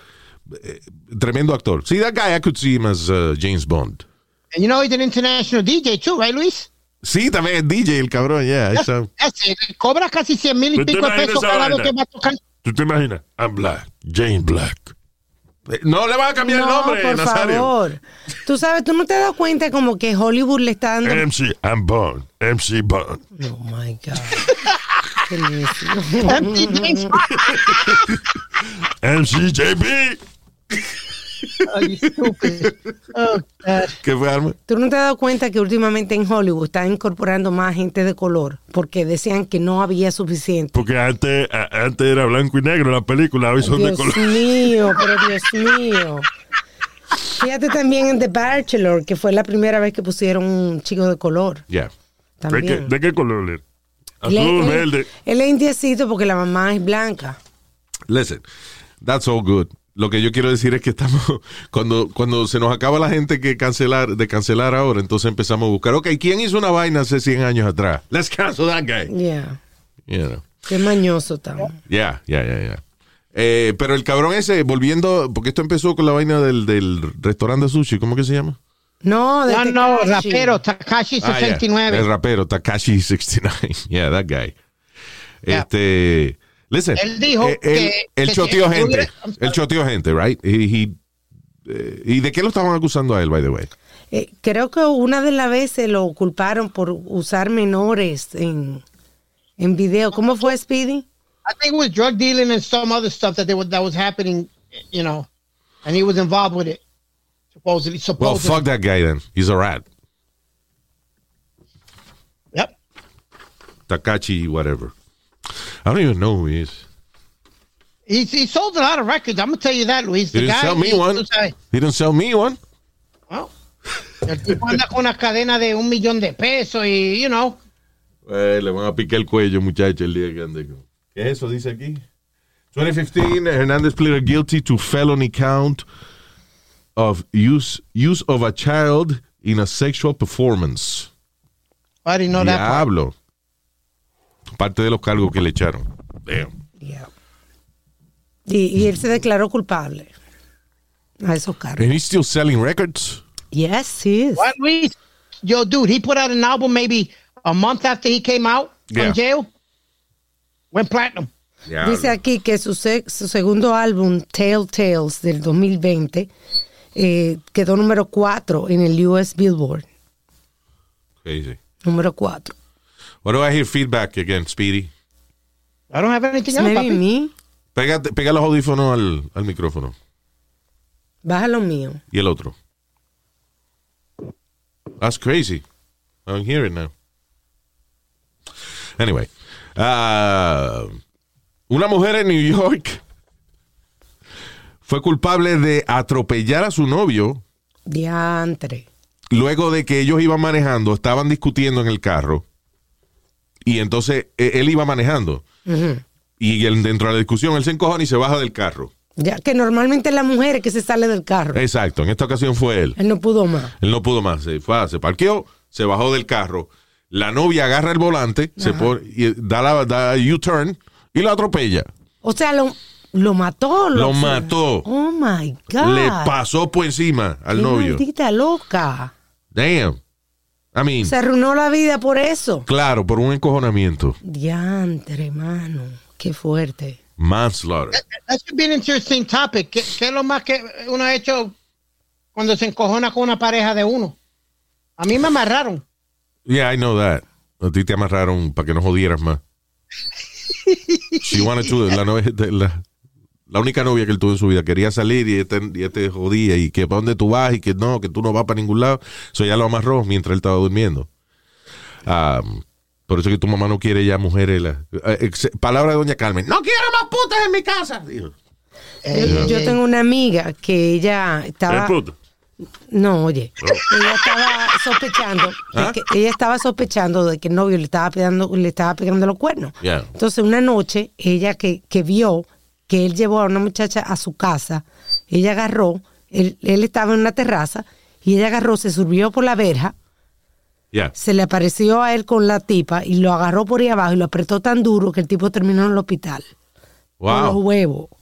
Speaker 4: eh, tremendo actor. Sí, that guy I could see him as uh, James Bond.
Speaker 6: And you know he's an international DJ too, right, Luis?
Speaker 4: Sí, también es DJ el cabrón, yeah. I saw-
Speaker 6: Ese, cobra casi 100 mil y
Speaker 7: ¿Tú te
Speaker 6: pico de
Speaker 7: imaginas
Speaker 6: pesos
Speaker 7: esa
Speaker 6: cada vez
Speaker 7: vaina?
Speaker 6: que va a tocar.
Speaker 7: ¿Tú te imaginas? I'm black. Jane Black.
Speaker 4: Eh, No le van a cambiar el
Speaker 5: No,
Speaker 4: nombre,
Speaker 5: por
Speaker 4: Nazario.
Speaker 5: favor. Tú sabes, tú no te has dado cuenta como que Hollywood le está dando.
Speaker 7: MC, I'm Bond. MC Bond.
Speaker 5: Oh my God. Qué necio.
Speaker 6: MC James Bond.
Speaker 7: MC JB.
Speaker 6: Oh, you stupid. Oh, God.
Speaker 4: ¿Qué fue, Alma?
Speaker 5: Tú no te has dado cuenta que últimamente en Hollywood están incorporando más gente de color porque decían que no había suficiente.
Speaker 7: Porque antes, a- antes era blanco y negro la película, hoy son de
Speaker 5: Dios
Speaker 7: color.
Speaker 5: mío, pero Dios mío. Fíjate también en The Bachelor, que fue la primera vez que pusieron un chico de color.
Speaker 4: Yeah.
Speaker 7: ¿De qué,
Speaker 5: También.
Speaker 7: ¿De qué color era?
Speaker 5: Él es-
Speaker 7: Azul,
Speaker 5: él-
Speaker 7: verde.
Speaker 5: Él es indiecito porque la mamá es blanca.
Speaker 4: Listen, that's all good. Lo que yo quiero decir es que estamos, cuando, cuando se nos acaba la gente que cancelar, de cancelar ahora, entonces empezamos a buscar, ok, ¿quién hizo una vaina hace 100 años atrás? Let's cancel that guy.
Speaker 5: Yeah.
Speaker 4: You know.
Speaker 5: Qué mañoso tan.
Speaker 4: Yeah, yeah, yeah, yeah. Eh, pero el cabrón ese, volviendo, porque esto empezó con la vaina del, del restaurante de sushi, ¿cómo que se llama?
Speaker 5: No, de
Speaker 6: No, no,
Speaker 5: Tekashi.
Speaker 6: rapero, Takashi
Speaker 4: Ah, yeah.
Speaker 6: 69.
Speaker 4: El rapero, Takashi 69. Yeah, that guy.
Speaker 6: Yeah.
Speaker 4: Este. Listen.
Speaker 6: Él dijo
Speaker 4: eh, él-
Speaker 6: que-
Speaker 4: él
Speaker 6: que
Speaker 4: choteó
Speaker 6: si
Speaker 4: gente.
Speaker 6: estuviera- I'm sorry.
Speaker 4: Él choteó gente, right? He- he, eh, ¿Y de qué lo estaban acusando a él, by the way?
Speaker 5: Eh, creo que una de las veces lo culparon por usar menores en, en video. ¿Cómo fue, Speedy?
Speaker 6: I think it was drug dealing and some other stuff that they were, that was happening, you know, and he was involved with it. Supposedly,
Speaker 4: Well,
Speaker 6: supposedly.
Speaker 4: fuck that guy then. He's a rat.
Speaker 6: Yep.
Speaker 4: Takashi, whatever. I don't even know who he is.
Speaker 6: He, he sold a lot of records. I'm gonna tell you that, Luis.
Speaker 4: He
Speaker 6: The
Speaker 4: didn't
Speaker 6: guy,
Speaker 4: sell me
Speaker 6: he-
Speaker 4: one.
Speaker 6: tú sabes,
Speaker 4: He didn't sell me one.
Speaker 6: well, el tipo anda con una cadena de un millón de pesos y, you know,
Speaker 4: Eh, le van a picar el cuello, muchacho, el día que ande con- ¿Qué es eso? Dice aquí. 2015, Hernández pleaded guilty to felony count of use, use of a child in a sexual performance.
Speaker 6: I didn't know that. part.
Speaker 4: Diablo. Parte de los cargos que le echaron. Damn.
Speaker 5: Yeah. Y, y él se declaró culpable a esos cargos.
Speaker 4: And he's still selling records?
Speaker 5: Yes, he is.
Speaker 6: What, Luis? Yo, dude, he put out an album maybe a month after he came out
Speaker 4: Yeah.
Speaker 6: from jail. Went platinum.
Speaker 5: Dice aquí que su, se- su segundo álbum, Tale Tales, del 2020, eh, quedó número 4 en el US Billboard.
Speaker 4: Crazy.
Speaker 5: Número 4.
Speaker 4: What do I hear feedback again, Speedy?
Speaker 6: I don't have anything else,
Speaker 5: Maybe
Speaker 6: papi.
Speaker 5: me.
Speaker 4: Pégate, pega los audífonos al, al micrófono.
Speaker 5: Baja lo mío.
Speaker 4: Y el otro. That's crazy. I don't hear it now. Anyway. ah, una mujer en New York fue culpable de atropellar a su novio
Speaker 5: Diantre.
Speaker 4: luego de que ellos iban manejando, estaban discutiendo en el carro. Y entonces e- él iba manejando. Y él, dentro de la discusión, él se encojona y se baja del carro.
Speaker 5: Ya que normalmente la mujer es que se sale del carro.
Speaker 4: Exacto, en esta ocasión fue él.
Speaker 5: Él no pudo más.
Speaker 4: Él no pudo más. Se fue, se parqueó, se bajó del carro. La novia agarra el volante, se pone, y da la da U-turn y lo atropella.
Speaker 5: O sea, lo, lo mató.
Speaker 4: Lo
Speaker 5: o sea.
Speaker 4: mató.
Speaker 5: Oh my God.
Speaker 4: Le pasó por encima al
Speaker 5: Qué
Speaker 4: novio.
Speaker 5: Maldita loca.
Speaker 4: Damn. I mean,
Speaker 5: Se arruinó la vida por eso.
Speaker 4: claro, por un encojonamiento.
Speaker 5: Diantre, hermano. Qué fuerte.
Speaker 4: Manslaughter.
Speaker 6: That should be an interesting topic. ¿Qué, qué es lo más que uno ha hecho cuando se encojona con una pareja de uno? A mí me amarraron.
Speaker 4: Yeah, I know that. A ti te amarraron para que no jodieras más. She wanted to, la, novia- de- la, la única novia que él tuvo en su vida quería salir y este, y este jodía y que para dónde tú vas y que no, que tú no vas para ningún lado. Eso ya lo amarró mientras él estaba durmiendo. Ah, por eso que tu mamá no quiere ya mujeres. la- eh, ex- palabra de doña Carmen. No quiero más putas en mi casa. dijo.
Speaker 5: Yo,
Speaker 6: Eh,
Speaker 5: yo tengo una amiga que ella
Speaker 7: ¿Eres
Speaker 5: estaba.
Speaker 7: puta?
Speaker 5: No, oye. Ella estaba sospechando. de
Speaker 4: ¿Ah?
Speaker 5: que- ella estaba sospechando de que el novio le estaba pegando, le estaba pegando los cuernos.
Speaker 4: Yeah.
Speaker 5: Entonces, una noche, ella que, que vio que él llevó a una muchacha a su casa, ella agarró, él, él estaba en una terraza, y ella agarró, se subió por la verja,
Speaker 4: Yeah.
Speaker 5: se le apareció a él con la tipa y lo agarró por ahí abajo y lo apretó tan duro que el tipo terminó en el hospital. Con los
Speaker 4: Wow.
Speaker 5: huevos. Lo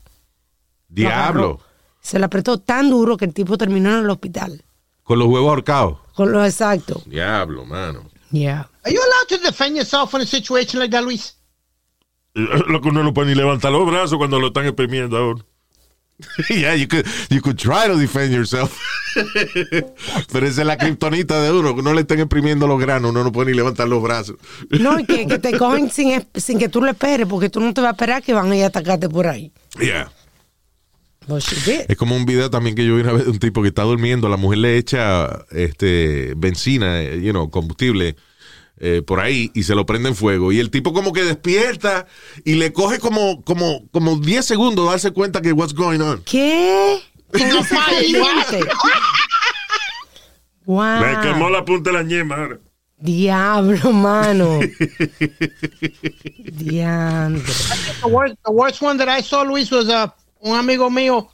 Speaker 4: Diablo.
Speaker 5: agarró. Se le apretó tan duro que el tipo terminó en el hospital.
Speaker 4: Con los huevos ahorcados.
Speaker 5: Con lo exacto.
Speaker 4: Diablo, mano.
Speaker 5: Yeah.
Speaker 6: Are you allowed to defend yourself in a situation like that, Luis?
Speaker 7: Eh, Lo que uno no puede ni levantar los brazos cuando lo están exprimiendo a uno.
Speaker 4: yeah, you could, you could try to defend yourself. Pero esa es la kriptonita de uno, que no le estén imprimiendo los granos, uno no puede ni levantar los brazos.
Speaker 5: No, y que, que te cogen sin, es- sin que tú lo esperes, porque tú no te vas a esperar que van a ir a atacarte por ahí. Pues,
Speaker 4: Yeah.
Speaker 5: But she did.
Speaker 4: Es como un video también que yo vi una vez de un tipo que está durmiendo, la mujer le echa este benzina, eh, you know, combustible eh, por ahí y se lo prende en fuego. Y el tipo como que despierta y le coge como, como, como 10 segundos darse cuenta que what's going on.
Speaker 5: ¿Qué? ¿Con
Speaker 6: No
Speaker 5: ese
Speaker 6: falla, igual.
Speaker 5: caliente? Wow.
Speaker 7: Me quemó la punta de la ñema ahora.
Speaker 5: Diablo, mano. Diablo.
Speaker 6: The worst, the worst one that I saw, Luis, was uh, un amigo mío.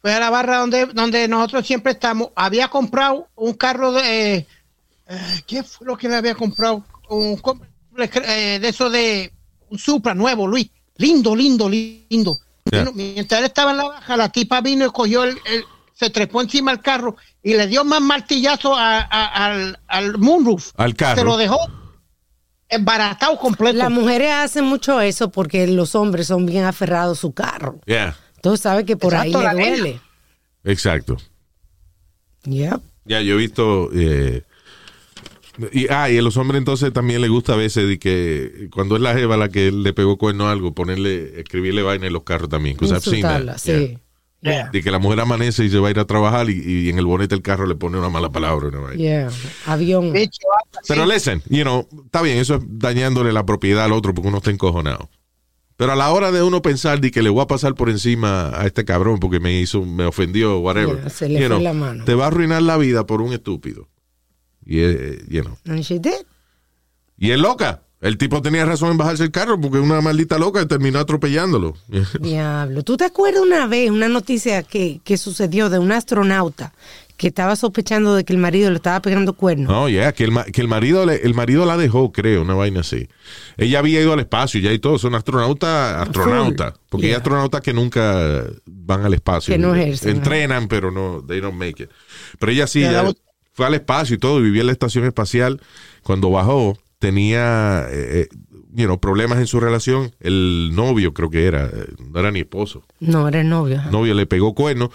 Speaker 6: Fue a la barra donde, donde nosotros siempre estamos. Había comprado un carro de. eh, eh, ¿Qué fue lo que le había comprado? Un, co- eh, de eso de. Un Supra nuevo, Luis. Lindo, lindo, lindo.
Speaker 4: Ya.
Speaker 6: Bueno, mientras él estaba en la baja, la tipa vino y cogió el. el- se trepó encima del carro y le dio más martillazo a- a- al, al moonroof.
Speaker 4: Al carro.
Speaker 6: Se lo dejó embaratado completo.
Speaker 5: Las mujeres hacen mucho eso porque los hombres son bien aferrados a su carro.
Speaker 4: Yeah,
Speaker 5: Entonces sabes que por
Speaker 6: Exacto, la
Speaker 5: ahí le
Speaker 6: nena.
Speaker 5: duele.
Speaker 4: exacto.
Speaker 5: Yep.
Speaker 4: Ya, yo he visto. eh, y, ah, y a los hombres entonces también les gusta a veces de que cuando es la jeva la que le pegó cuerno o algo, ponerle, escribirle vaina en los carros también. 'cause I've seen that.
Speaker 5: Insultarla,
Speaker 4: Yeah.
Speaker 5: sí.
Speaker 4: De que la mujer amanece y se va a ir a trabajar y, y en el bonete del carro le pone una mala palabra. una vaina.
Speaker 5: Yeah. Avión.
Speaker 6: Bicho, algo así.
Speaker 4: Pero listen, you know, está bien, eso es dañándole la propiedad al otro porque uno está encojonado. Pero a la hora de uno pensar de que le voy a pasar por encima a este cabrón porque me hizo, me ofendió, whatever.
Speaker 5: Yeah, se le
Speaker 4: you
Speaker 5: fue
Speaker 4: know,
Speaker 5: la mano.
Speaker 4: Te va a arruinar la vida por un estúpido. Y, eh, you know.
Speaker 5: And she did.
Speaker 4: Y es loca. El tipo tenía razón en bajarse el carro porque una maldita loca terminó atropellándolo.
Speaker 5: Diablo. ¿Tú te acuerdas una vez una noticia que, que sucedió de un astronauta que estaba sospechando de que el marido le estaba pegando cuernos?
Speaker 4: No, ya, que, el, ma- que el, marido le- el marido la dejó, creo, una vaina así. Ella había ido al espacio ya y todo. Son astronautas, astronautas. Porque hay
Speaker 5: Yeah.
Speaker 4: astronautas que nunca van al espacio. eh,
Speaker 5: Que no ejercen.
Speaker 4: Entrenan, pero no, they don't make it. Pero ella sí,
Speaker 6: Pero
Speaker 4: ella
Speaker 6: la-
Speaker 4: fue al espacio y todo, y vivía en la estación espacial. Cuando bajó, tenía, eh, eh, you know, problemas en su relación. El novio, creo que era, eh, no era ni esposo
Speaker 5: No, era el novio. ajá.
Speaker 4: novio le pegó cuerno.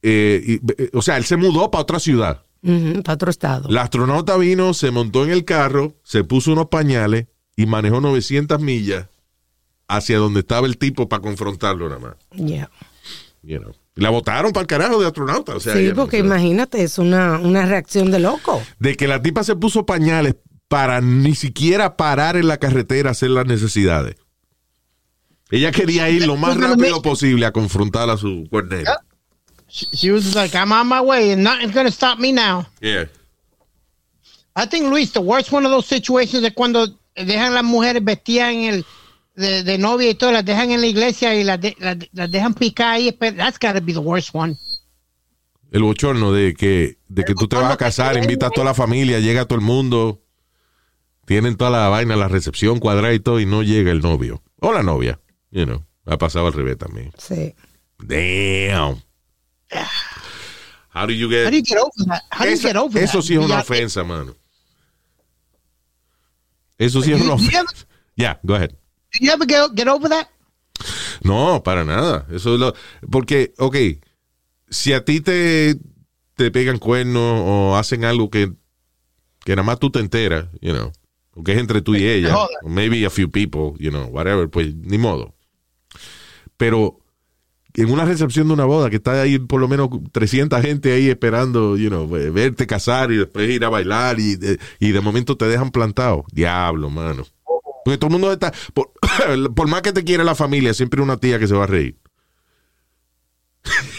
Speaker 4: eh, y, eh, o sea, él se mudó para otra ciudad.
Speaker 5: Ujú, para otro estado.
Speaker 4: La astronauta vino, se montó en el carro, se puso unos pañales y manejó 900 millas hacia donde estaba el tipo para confrontarlo nada más.
Speaker 5: Yeah.
Speaker 4: you know. Y La botaron para el carajo de astronauta. O sea,
Speaker 5: Sí,
Speaker 4: ella no
Speaker 5: porque
Speaker 4: se-
Speaker 5: imagínate, es una, una reacción de loco.
Speaker 4: de que la tipa se puso pañales para ni siquiera parar en la carretera a hacer las necesidades. Ella quería ir lo
Speaker 5: Pues
Speaker 4: más rápido posible a confrontar a su cuernero.
Speaker 5: Ah.
Speaker 6: She, she was like, I'm on my way and nothing's going to stop me now.
Speaker 4: Yeah.
Speaker 6: I think, Luis, the worst one of those situations es cuando dejan las mujeres vestidas en el, de, de novia y todo, las dejan en la iglesia y las, de- las, las dejan picar ahí. Pero That's got to be the worst one.
Speaker 4: El bochorno de que, de que tú te vas a casar, invitas a toda la familia, llega todo el mundo, tienen toda la vaina, la recepción cuadrada y todo, y no llega el novio. O la novia. You know, ha pasado al revés también.
Speaker 5: Sí.
Speaker 4: Damn. How do you
Speaker 6: How
Speaker 4: get...
Speaker 6: do you get over that? How do you
Speaker 4: Esa-
Speaker 6: get over
Speaker 4: eso
Speaker 6: that?
Speaker 4: sí es una
Speaker 6: Ya- eh,
Speaker 4: ofensa, mano. Eso sí es una
Speaker 6: You- you
Speaker 4: ofensa.
Speaker 6: ever-
Speaker 4: Yeah, go ahead.
Speaker 6: Do you ever get, get over that?
Speaker 4: No, para nada. Eso es lo. Porque, ok, si a ti te, te pegan cuernos o hacen algo que, que nada más tú te enteras, you know, o que es entre tú y ella,
Speaker 6: joda.
Speaker 4: o maybe a few people, you know, whatever, pues ni modo. Pero en una recepción de una boda que está ahí por lo menos 300 gente ahí esperando, you know, verte casar y después ir a bailar y de, y de momento te dejan plantado. Diablo, mano. Porque todo el mundo está. Por, por más que te quiera la familia, siempre hay una tía que se va a reír.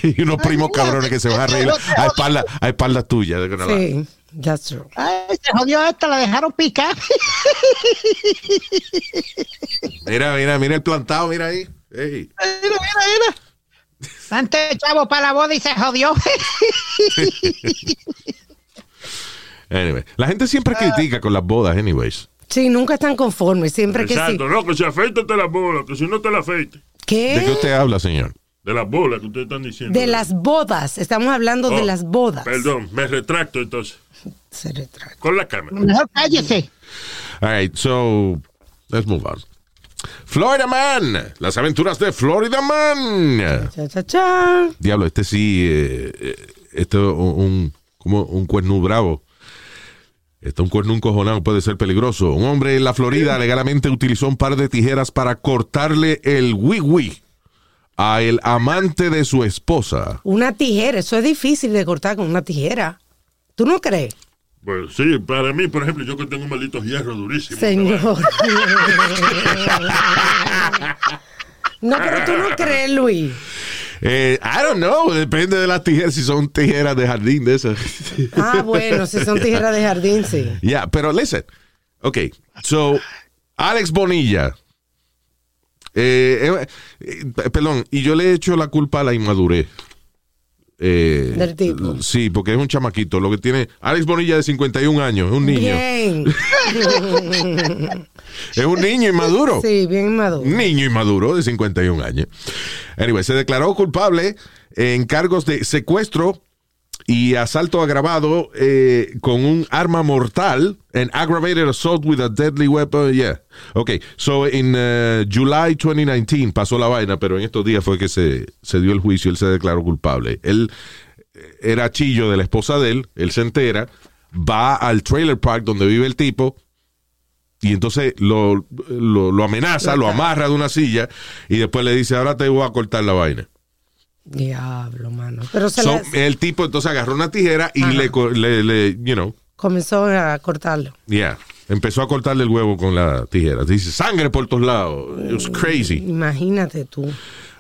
Speaker 4: y unos primos cabrones que se van a reír a espaldas a espaldas tuyas.
Speaker 5: Sí, that's true.
Speaker 6: Ay, se jodió esta, la dejaron picar.
Speaker 4: Mira, mira, mira el plantado, mira ahí. Ey.
Speaker 6: mira, mira, mira. Antes chavo para la boda y se jodió.
Speaker 4: Anyway, la gente siempre critica con las bodas, anyways.
Speaker 5: Sí, nunca están conformes, siempre que sí.
Speaker 7: Exacto, no, que si afeítate las bolas, que si no te la afeites.
Speaker 4: ¿De qué
Speaker 5: ¿Qué?
Speaker 4: usted habla, señor?
Speaker 7: De las bolas que ustedes están diciendo.
Speaker 5: De las bodas, estamos hablando de
Speaker 7: Oh,
Speaker 5: las bodas.
Speaker 7: Perdón, me retracto entonces.
Speaker 5: Se retracta.
Speaker 7: Con la cámara.
Speaker 6: Mejor cállese.
Speaker 4: All right, so let's move on. Florida Man, las aventuras de Florida Man.
Speaker 5: Cha, cha, cha.
Speaker 4: Diablo, este sí, eh, eh, esto es un, como un cuerno bravo. Esto un cuerno encojonado puede ser peligroso. Un hombre en la Florida legalmente utilizó un par de tijeras para cortarle el wiwi a el amante de su esposa.
Speaker 5: Una tijera, eso es difícil de cortar con una tijera. ¿Tú no crees?
Speaker 7: Pues sí, para mí, por ejemplo, yo que tengo un maldito hierro durísimo.
Speaker 5: Señor. No, pero tú no crees, Luis.
Speaker 4: Eh, I don't know, depende de las tijeras, si son tijeras de jardín de esas.
Speaker 5: Ah, bueno, si son tijeras de jardín, sí.
Speaker 4: Yeah, pero listen. Ok, so Alex Bonilla. Eh, eh, eh, perdón, y yo le he hecho la culpa a la inmadurez. Eh,
Speaker 5: Del tipo.
Speaker 4: Sí, porque es un chamaquito. Lo que tiene Alex Bonilla de 51 años, es un niño.
Speaker 5: Bien.
Speaker 4: Es un niño inmaduro.
Speaker 5: Sí, bien maduro.
Speaker 4: Niño inmaduro de 51 años. Anyway, se declaró culpable en cargos de secuestro y asalto agravado eh, con un arma mortal. An aggravated assault with a deadly weapon. Yeah. Ok, so in uh, July 2019 pasó la vaina, pero en estos días fue que se, se dio el juicio. Él se declaró culpable. Él era chillo de la esposa de él. Él se entera. Va al trailer park donde vive el tipo y entonces lo, lo, lo amenaza, lo amarra de una silla y después le dice, ahora te voy a cortar la vaina.
Speaker 5: Diablo, mano. Pero se
Speaker 4: So,
Speaker 5: la-
Speaker 4: el tipo entonces agarró una tijera y le, co- le, le, you know,
Speaker 5: comenzó a cortarlo.
Speaker 4: yeah, empezó a cortarle el huevo con la tijera. Dice, sangre por todos lados. It was crazy.
Speaker 5: Imagínate tú.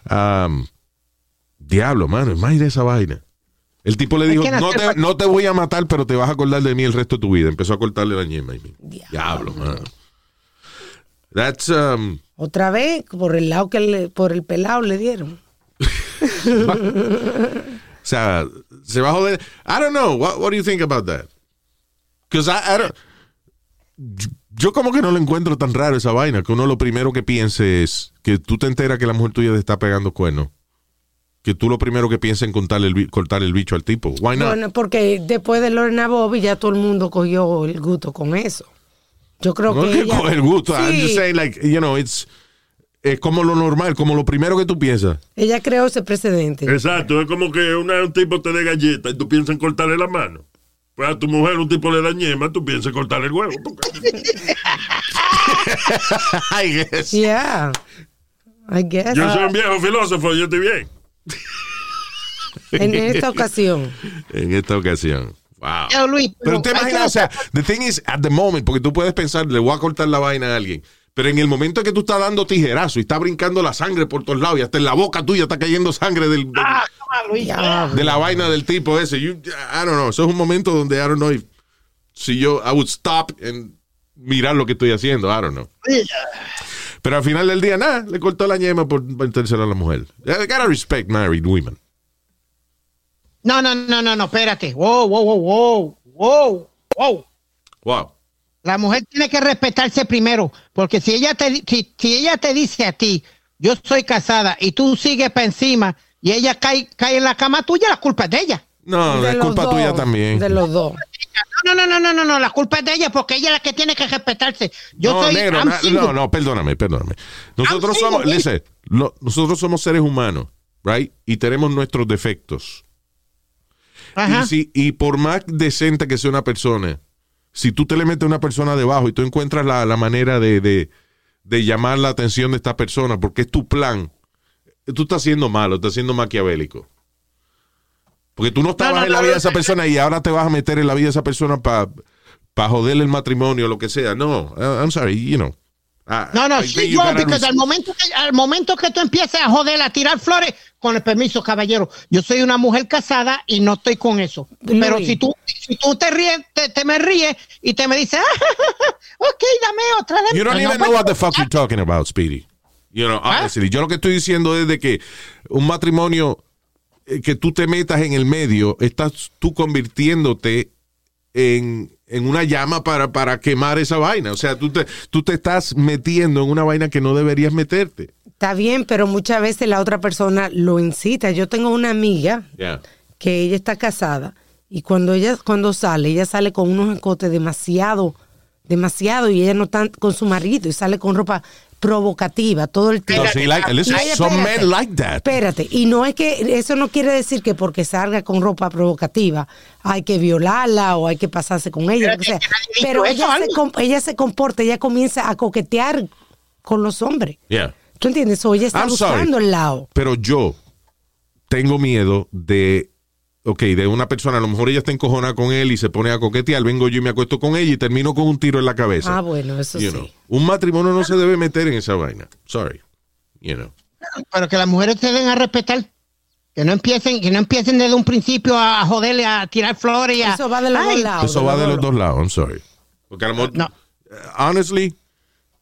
Speaker 4: Um, diablo, mano, imagínate esa vaina. El tipo le dijo,
Speaker 6: que
Speaker 4: no
Speaker 6: nacer
Speaker 4: te,
Speaker 6: para-
Speaker 4: no te voy a matar, pero te vas a acordar de mí el resto de tu vida. Empezó a cortarle la ñema. Diablo, mano. That's, um,
Speaker 5: Otra vez, por el lado que le, por el pelado le dieron.
Speaker 4: O sea, se va a joder. I don't know. What, what do you think about that? Because I, I don't- Yo, yo como que no lo encuentro tan raro esa vaina, que uno lo primero que piense es que tú te enteras que la mujer tuya te está pegando cuernos. Que tú lo primero que pienses en cortarle el, bi- cortar el bicho al tipo. Why not?
Speaker 5: Bueno, porque después de Lorena Bobby ya todo el mundo cogió el gusto con eso. Yo creo
Speaker 4: no es
Speaker 5: que
Speaker 4: que
Speaker 5: ella-
Speaker 4: coge el gusto. Ah, I'm
Speaker 5: Sí,
Speaker 4: just saying, like, you know, it's... Es como lo normal, como lo primero que tú piensas.
Speaker 5: ella creó ese precedente.
Speaker 7: Exacto, es como que una- un tipo te dé galleta y tú piensas en cortarle la mano. Pues a tu mujer un tipo le da ñema, tú piensas en cortarle el huevo.
Speaker 4: I guess.
Speaker 5: Yeah. I guess. Ah,
Speaker 7: Yo soy un viejo filósofo, yo estoy bien.
Speaker 5: En esta ocasión.
Speaker 4: En esta ocasión. Wow.
Speaker 6: Yo, Luis,
Speaker 4: Pero usted
Speaker 6: hay que
Speaker 4: imagina, o sea, the thing is, at the moment, porque tú puedes pensar, le voy a cortar la vaina a alguien. Pero en el momento que tú estás dando tijerazo y está brincando la sangre por todos lados y hasta en la boca tuya está cayendo sangre del, del-
Speaker 6: Ah, come on, Luis.
Speaker 5: Diablo.
Speaker 4: de la vaina del tipo ese. You- I don't know. Eso es un momento donde, I don't know, if- si yo, I would stop and mirar lo que estoy haciendo. I don't know. Pero al final del día, nada, le cortó la ñema por metérsela a la mujer. I gotta respect married women.
Speaker 6: No, no, no, no, no, espérate. Wow, wow, wow, wow, wow, wow.
Speaker 4: Wow.
Speaker 6: La mujer tiene que respetarse primero, porque si ella te, si, si ella te dice a ti, yo soy casada y tú sigues para encima y ella cae, cae en la cama tuya, la culpa es de ella.
Speaker 4: No,
Speaker 5: De
Speaker 4: es
Speaker 5: los
Speaker 4: culpa
Speaker 5: dos,
Speaker 4: tuya también.
Speaker 5: De los dos.
Speaker 6: No, no, no, no, no, no, no, la culpa es de ella porque ella es la que tiene que respetarse. Yo
Speaker 4: no,
Speaker 6: soy
Speaker 4: negro,
Speaker 6: I'm
Speaker 4: na-
Speaker 6: single.
Speaker 4: no, no, perdóname, perdóname. Nosotros
Speaker 6: I'm
Speaker 4: somos,
Speaker 6: single,
Speaker 4: listen, lo- nosotros somos seres humanos, right? Y tenemos nuestros defectos.
Speaker 6: Ajá.
Speaker 4: Y, si- y por más decente que sea una persona, si tú te le metes a una persona debajo y tú encuentras la, la manera de, de- de llamar la atención de esta persona, porque es tu plan, tú estás siendo malo, estás siendo maquiavélico. Porque tú no estabas
Speaker 6: no,
Speaker 4: en la
Speaker 6: no,
Speaker 4: vida
Speaker 6: no.
Speaker 4: de esa persona y ahora te vas a meter en la vida de esa persona para joderle el matrimonio o lo que sea. No, uh, I'm sorry, you know. I-
Speaker 6: No, no,
Speaker 4: I think
Speaker 6: she
Speaker 4: you
Speaker 6: won't,
Speaker 4: gotta
Speaker 6: because
Speaker 4: res-
Speaker 6: al momento, que, al momento que tú empieces a joder, a tirar flores, con el permiso, caballero, yo soy una mujer casada y no estoy con eso.
Speaker 5: Luis.
Speaker 6: Pero si tú, si tú te ríes, te, te me ríes y te me dices, ah, ok, dame otra. dame
Speaker 4: You don't
Speaker 6: otra".
Speaker 4: even
Speaker 6: No,
Speaker 4: know what the
Speaker 6: pues,
Speaker 4: fuck you're talking about, Speedy. You know, honestly. Yo lo que estoy diciendo es de que un matrimonio eh, que tú te metas en el medio, estás tú convirtiéndote en, en una llama para, para quemar esa vaina. O sea, tú te, tú te estás metiendo en una vaina que no deberías meterte.
Speaker 5: Está bien, pero muchas veces la otra persona lo incita. Yo tengo una amiga
Speaker 4: Yeah.
Speaker 5: que ella está casada y cuando ella cuando sale, ella sale con unos escotes demasiado, demasiado y ella no está con su marido y sale con ropa provocativa todo el tiempo.
Speaker 4: No, see, like, listen,
Speaker 5: Ay,
Speaker 4: some
Speaker 5: espérate.
Speaker 4: men like that.
Speaker 5: Espérate, y no es que eso no quiere decir que porque salga con ropa provocativa hay que violarla o hay que pasarse con ella, lo que sea.
Speaker 6: Espérate, que nadie dijo
Speaker 5: pero
Speaker 6: eso,
Speaker 5: ella se,
Speaker 6: Alma.
Speaker 5: com- ella se comporta, ella comienza a coquetear con los hombres.
Speaker 4: Yeah.
Speaker 5: ¿Tú entiendes? O ella está
Speaker 4: I'm sorry.
Speaker 5: buscando el lado.
Speaker 4: Pero yo tengo miedo de, ok, de una persona, a lo mejor ella está encojona con él y se pone a coquetear, vengo yo y me acuesto con ella y termino con un tiro en la cabeza.
Speaker 5: Ah, bueno, eso
Speaker 4: You
Speaker 5: sí.
Speaker 4: know. Un matrimonio no se debe meter en esa vaina. Sorry. You know.
Speaker 6: Pero que las mujeres se den a respetar. Que no empiecen, que no empiecen desde un principio a, a joderle, a tirar flores y a.
Speaker 5: Eso va de los
Speaker 6: Ay,
Speaker 5: dos lados.
Speaker 4: Eso va de los dos lados, I'm sorry. Porque a lo mejor,
Speaker 6: No.
Speaker 4: honestly,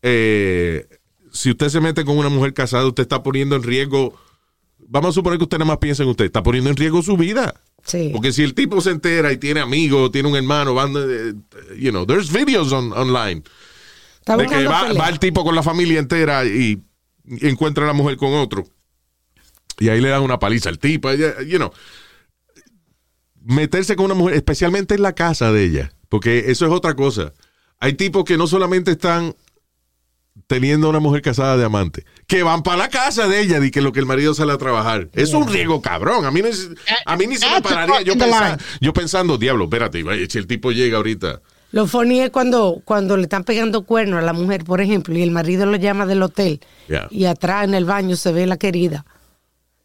Speaker 4: eh, si usted se mete con una mujer casada, usted está poniendo en riesgo, vamos a suponer que usted nada más piensa en usted, está poniendo en riesgo su vida.
Speaker 5: Sí.
Speaker 4: Porque si el tipo se entera y tiene amigos, tiene un hermano, van, eh, you know, there's videos on- online
Speaker 5: Está
Speaker 4: de que
Speaker 5: buscando
Speaker 4: va,
Speaker 5: pelea.
Speaker 4: va el tipo con la familia entera y encuentra a la mujer con otro. Y ahí le dan una paliza al tipo, ella- you know. Meterse con una mujer, especialmente en la casa de ella, porque eso es otra cosa. Hay tipos que no solamente están teniendo a una mujer casada de amante, que van para la casa de ella y que lo que el marido sale a trabajar. Es un riesgo cabrón. A mí, no es- a mí ni se
Speaker 5: Ah,
Speaker 4: me
Speaker 6: That's
Speaker 4: pararía yo,
Speaker 6: the line.
Speaker 4: pensa- yo pensando, diablo, espérate, si el tipo llega ahorita.
Speaker 5: Lo funny es cuando, cuando le están pegando cuerno a la mujer, por ejemplo, y el marido lo llama del hotel.
Speaker 4: Yeah.
Speaker 5: Y atrás en el baño se ve la querida.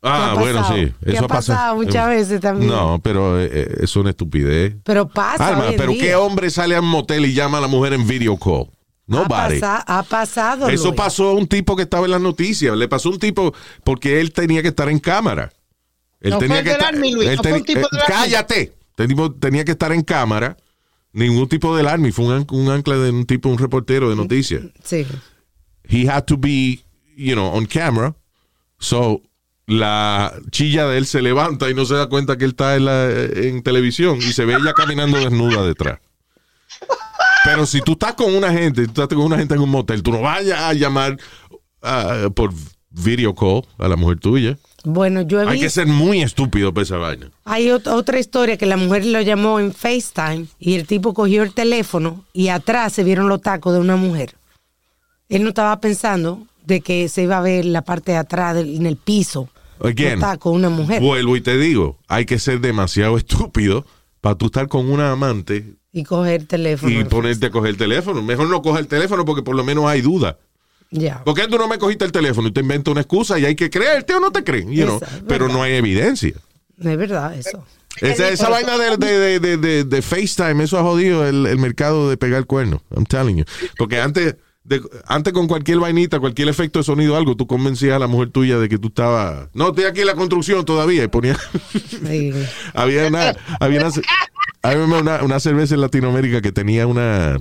Speaker 4: Ah,
Speaker 5: ha
Speaker 4: bueno,
Speaker 5: pasado?
Speaker 4: sí.
Speaker 5: ¿Qué
Speaker 4: Eso
Speaker 5: ha pasado
Speaker 4: pasa- Eh,
Speaker 5: muchas veces también?
Speaker 4: No, pero eh, eh, es una estupidez.
Speaker 5: Pero pasa.
Speaker 4: Alma,
Speaker 5: hoy en
Speaker 4: pero
Speaker 5: día.
Speaker 4: ¿qué hombre sale al motel y llama a la mujer en video call?
Speaker 5: ha,
Speaker 4: Nobody.
Speaker 5: pasa- ha pasado.
Speaker 4: Eso
Speaker 5: Luis.
Speaker 4: pasó a un tipo que estaba en las noticias. Le pasó a un tipo porque él tenía que estar en cámara. Él
Speaker 6: No fue
Speaker 4: tenía
Speaker 6: el
Speaker 4: que
Speaker 6: del
Speaker 4: estar.
Speaker 6: Army, Luis,
Speaker 4: él
Speaker 6: no fue
Speaker 4: teni-
Speaker 6: un tipo
Speaker 4: eh,
Speaker 6: del Army.
Speaker 4: cállate. El tipo tenía que estar en cámara. Ningún tipo del army. Fue un, an- un ancla de un tipo, un reportero de noticias.
Speaker 5: Sí.
Speaker 4: he had to be, you know, on camera. So, la chilla de él se levanta y no se da cuenta que él está en, la- en televisión y se ve ella caminando desnuda detrás. Pero si tú estás con una gente, tú estás con una gente en un motel, tú no vayas a llamar ah, por video call a la mujer tuya.
Speaker 5: Bueno, yo he
Speaker 4: Hay que
Speaker 5: visto.
Speaker 4: ser muy estúpido para esa vaina.
Speaker 5: Hay ot- otra historia que la mujer lo llamó en FaceTime y el tipo cogió el teléfono y atrás se vieron los tacos de una mujer. Él no estaba pensando de que se iba a ver la parte de atrás del- en el piso.
Speaker 4: Again,
Speaker 5: los tacos de una mujer.
Speaker 4: Vuelvo y te digo, hay que ser demasiado estúpido para tú estar con una amante
Speaker 5: y coger el teléfono.
Speaker 4: y ponerte a coger el teléfono. Mejor no coja el teléfono porque por lo menos hay duda.
Speaker 5: Ya.
Speaker 4: ¿Por qué tú no me cogiste el teléfono? Y te inventa una excusa y hay que creerte o no te creen. you know.
Speaker 5: Exacto,
Speaker 4: Pero
Speaker 5: verdad.
Speaker 4: no hay evidencia.
Speaker 5: Es verdad eso.
Speaker 4: Esa, esa vaina de, de- de- de- de- de FaceTime, eso ha jodido el, el mercado de pegar cuerno. I'm telling you. Porque antes, de- antes con cualquier vainita, cualquier efecto de sonido, algo, tú convencías a la mujer tuya de que tú estabas. No, estoy aquí en la construcción todavía. Y ponía.
Speaker 5: Sí.
Speaker 4: había una había una, había una- una cerveza en Latinoamérica que tenía una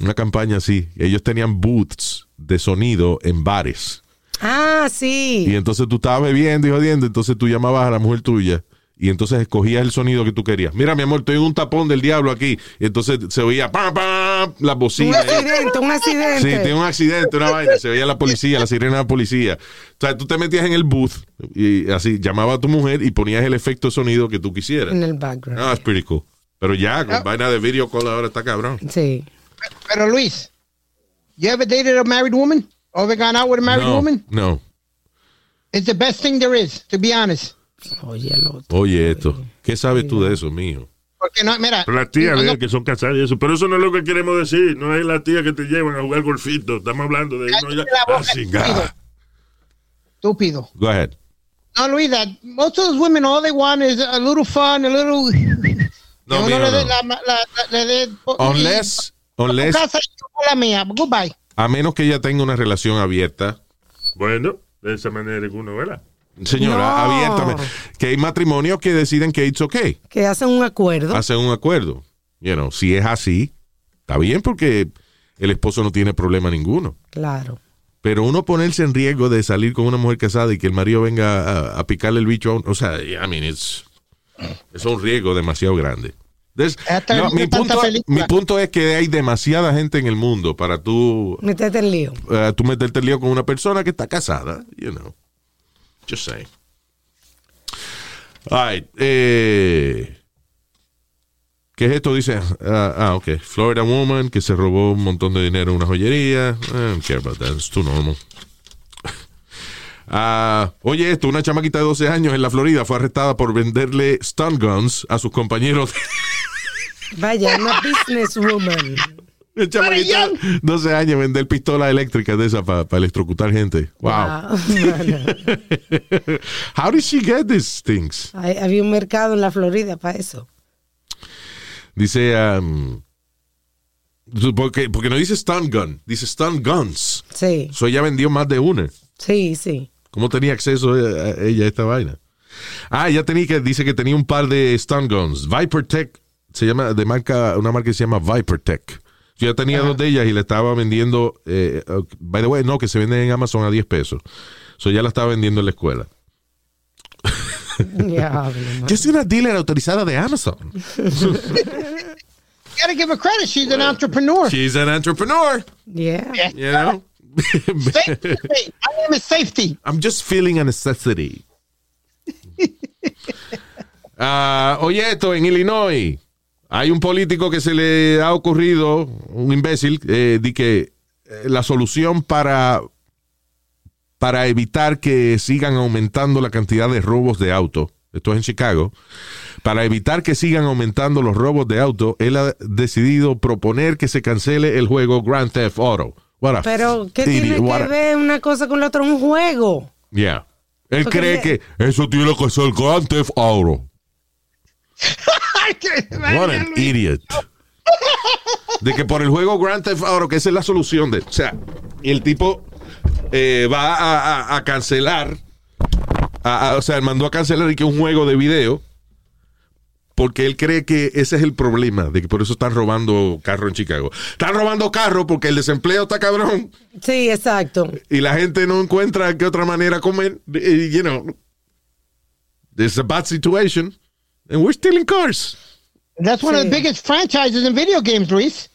Speaker 4: una campaña así ellos tenían booths de sonido en bares
Speaker 5: Ah,
Speaker 4: y
Speaker 5: sí.
Speaker 4: entonces tú estabas bebiendo y jodiendo entonces tú llamabas a la mujer tuya y entonces escogías el sonido que tú querías mira mi amor estoy en un tapón del diablo aquí y entonces se oía pam pam las
Speaker 5: Un
Speaker 4: bocinas
Speaker 5: accidente, un accidente.
Speaker 4: Sí, tiene un accidente, una vaina. Se veía la policía, la sirena de la policía. O sea, tú te metías en el booth y así llamaba a tu mujer y ponías el efecto de sonido que tú quisieras.
Speaker 5: En el background.
Speaker 4: Ah, that's pretty cool. Pero ya, con vaina de video call ahora está cabrón.
Speaker 5: Sí.
Speaker 6: Pero Luis, you ever dated a married woman? Or Ever gone out with a married
Speaker 4: No,
Speaker 6: woman?
Speaker 4: no.
Speaker 6: It's the best thing there is, to be honest.
Speaker 5: Oye, el otro.
Speaker 4: Oye, esto. ¿Qué sabes tú de eso, mijo?
Speaker 6: Porque no, mira.
Speaker 7: Las tías
Speaker 6: no,
Speaker 7: de
Speaker 6: no,
Speaker 7: él que son casadas y eso. Pero eso no es lo que queremos decir. No es la tía que te llevan a jugar golfito. Estamos hablando de. No,
Speaker 6: Cállate
Speaker 7: ya-
Speaker 6: la boca,
Speaker 7: Ah, sí,
Speaker 6: estúpido.
Speaker 7: ah.
Speaker 6: Estúpido.
Speaker 4: Go ahead.
Speaker 6: No, Luis, that most of those women, all they want is a little fun, a little.
Speaker 4: No,
Speaker 6: Que uno
Speaker 4: mijo,
Speaker 6: le dé
Speaker 4: no.
Speaker 6: la- la- la- le dé-
Speaker 4: Unless,
Speaker 6: Tu
Speaker 4: unless,
Speaker 6: casa y yo por la mía. Goodbye.
Speaker 4: a menos que ella tenga una relación abierta.
Speaker 7: Bueno, de esa manera que uno, ¿verdad?
Speaker 4: Señora,
Speaker 5: No.
Speaker 4: abiertamente. Que hay matrimonios que deciden que it's okay.
Speaker 5: Que hacen un acuerdo.
Speaker 4: Hacen un acuerdo. You know, si es así, está bien porque el esposo no tiene problema ninguno.
Speaker 5: Claro.
Speaker 4: Pero uno ponerse en riesgo de salir con una mujer casada y que el marido venga a, a picarle el bicho a uno, o sea, I mean, it's- es un riesgo demasiado grande. There's-
Speaker 6: Hasta
Speaker 4: no,
Speaker 6: el-
Speaker 4: mi,
Speaker 6: tanta
Speaker 4: punto,
Speaker 6: película.
Speaker 4: mi punto es que hay demasiada gente en el mundo para tú,
Speaker 5: Métete en lío.
Speaker 4: eh, tú meterte en lío con una persona que está casada, you know. Just saying. All right, eh, ¿Qué es esto? Dice, ah, ah, ok, Florida woman que se robó un montón de dinero en una joyería. I don't care about that, it's too normal. Ah, oye, esto, una chamaquita de 12 años en la Florida fue arrestada por venderle stun guns a sus compañeros.
Speaker 5: Vaya, una businesswoman.
Speaker 4: El chamaquita, 12 años, vender pistolas eléctricas de esa para electrocutar gente. Wow.
Speaker 5: Ah, bueno.
Speaker 4: How did she get these things?
Speaker 5: Hay- había un mercado en la Florida para eso.
Speaker 4: Dice, um, porque, porque no dice stun gun, dice stun guns.
Speaker 5: Sí,
Speaker 4: So ella vendió más de una.
Speaker 5: sí, sí.
Speaker 4: ¿Cómo tenía acceso eh, a ella a esta vaina? Ah, ella tenía que, dice que tenía un par de stun guns. Viper Tech, se llama, de marca, una marca que se llama Viper Tech. Yo ya tenía dos de ellas y le estaba vendiendo, eh, uh, by the way, no, que se venden en Amazon a 10 pesos. So ya la estaba vendiendo en la escuela.
Speaker 5: Diablo, man.
Speaker 4: Yo soy una dealer autorizada de Amazon.
Speaker 6: You gotta give her credit. She's an entrepreneur.
Speaker 4: She's an entrepreneur,
Speaker 5: Yeah.
Speaker 4: you know.
Speaker 6: Safety. Wait, My name is Safety.
Speaker 4: I'm just feeling a necessity. Ah, oye, esto en Illinois. Hay un político que se le ha ocurrido, un imbécil, eh, di que eh, la solución para, para evitar que sigan aumentando la cantidad de robos de auto, esto es en Chicago, para evitar que sigan aumentando los robos de auto, él ha decidido proponer que se cancele el juego Grand Theft Auto. What a
Speaker 5: Pero, ¿qué
Speaker 4: idiot,
Speaker 5: tiene
Speaker 4: what
Speaker 5: que
Speaker 4: a-
Speaker 5: ver una cosa con la otra? Un juego.
Speaker 4: Yeah. Él
Speaker 5: Porque
Speaker 4: cree
Speaker 5: le-
Speaker 4: que eso tiene que ser Grand Theft Auto. What an idiot. De que por el juego Grand Theft Auto, que esa es la solución de... O sea, y el tipo eh, va a, a- a cancelar, a- a- o sea, mandó a cancelar y que un juego de video, porque él cree que ese es el problema, de que por eso están robando carro en Chicago. Están robando carro porque el desempleo está cabrón
Speaker 5: Sí, exacto.
Speaker 4: y la gente no encuentra qué otra manera comer, eh, you know, it's a bad situation, and we're stealing cars.
Speaker 6: That's one of the
Speaker 5: Sí.
Speaker 6: biggest franchises in video games, Luis.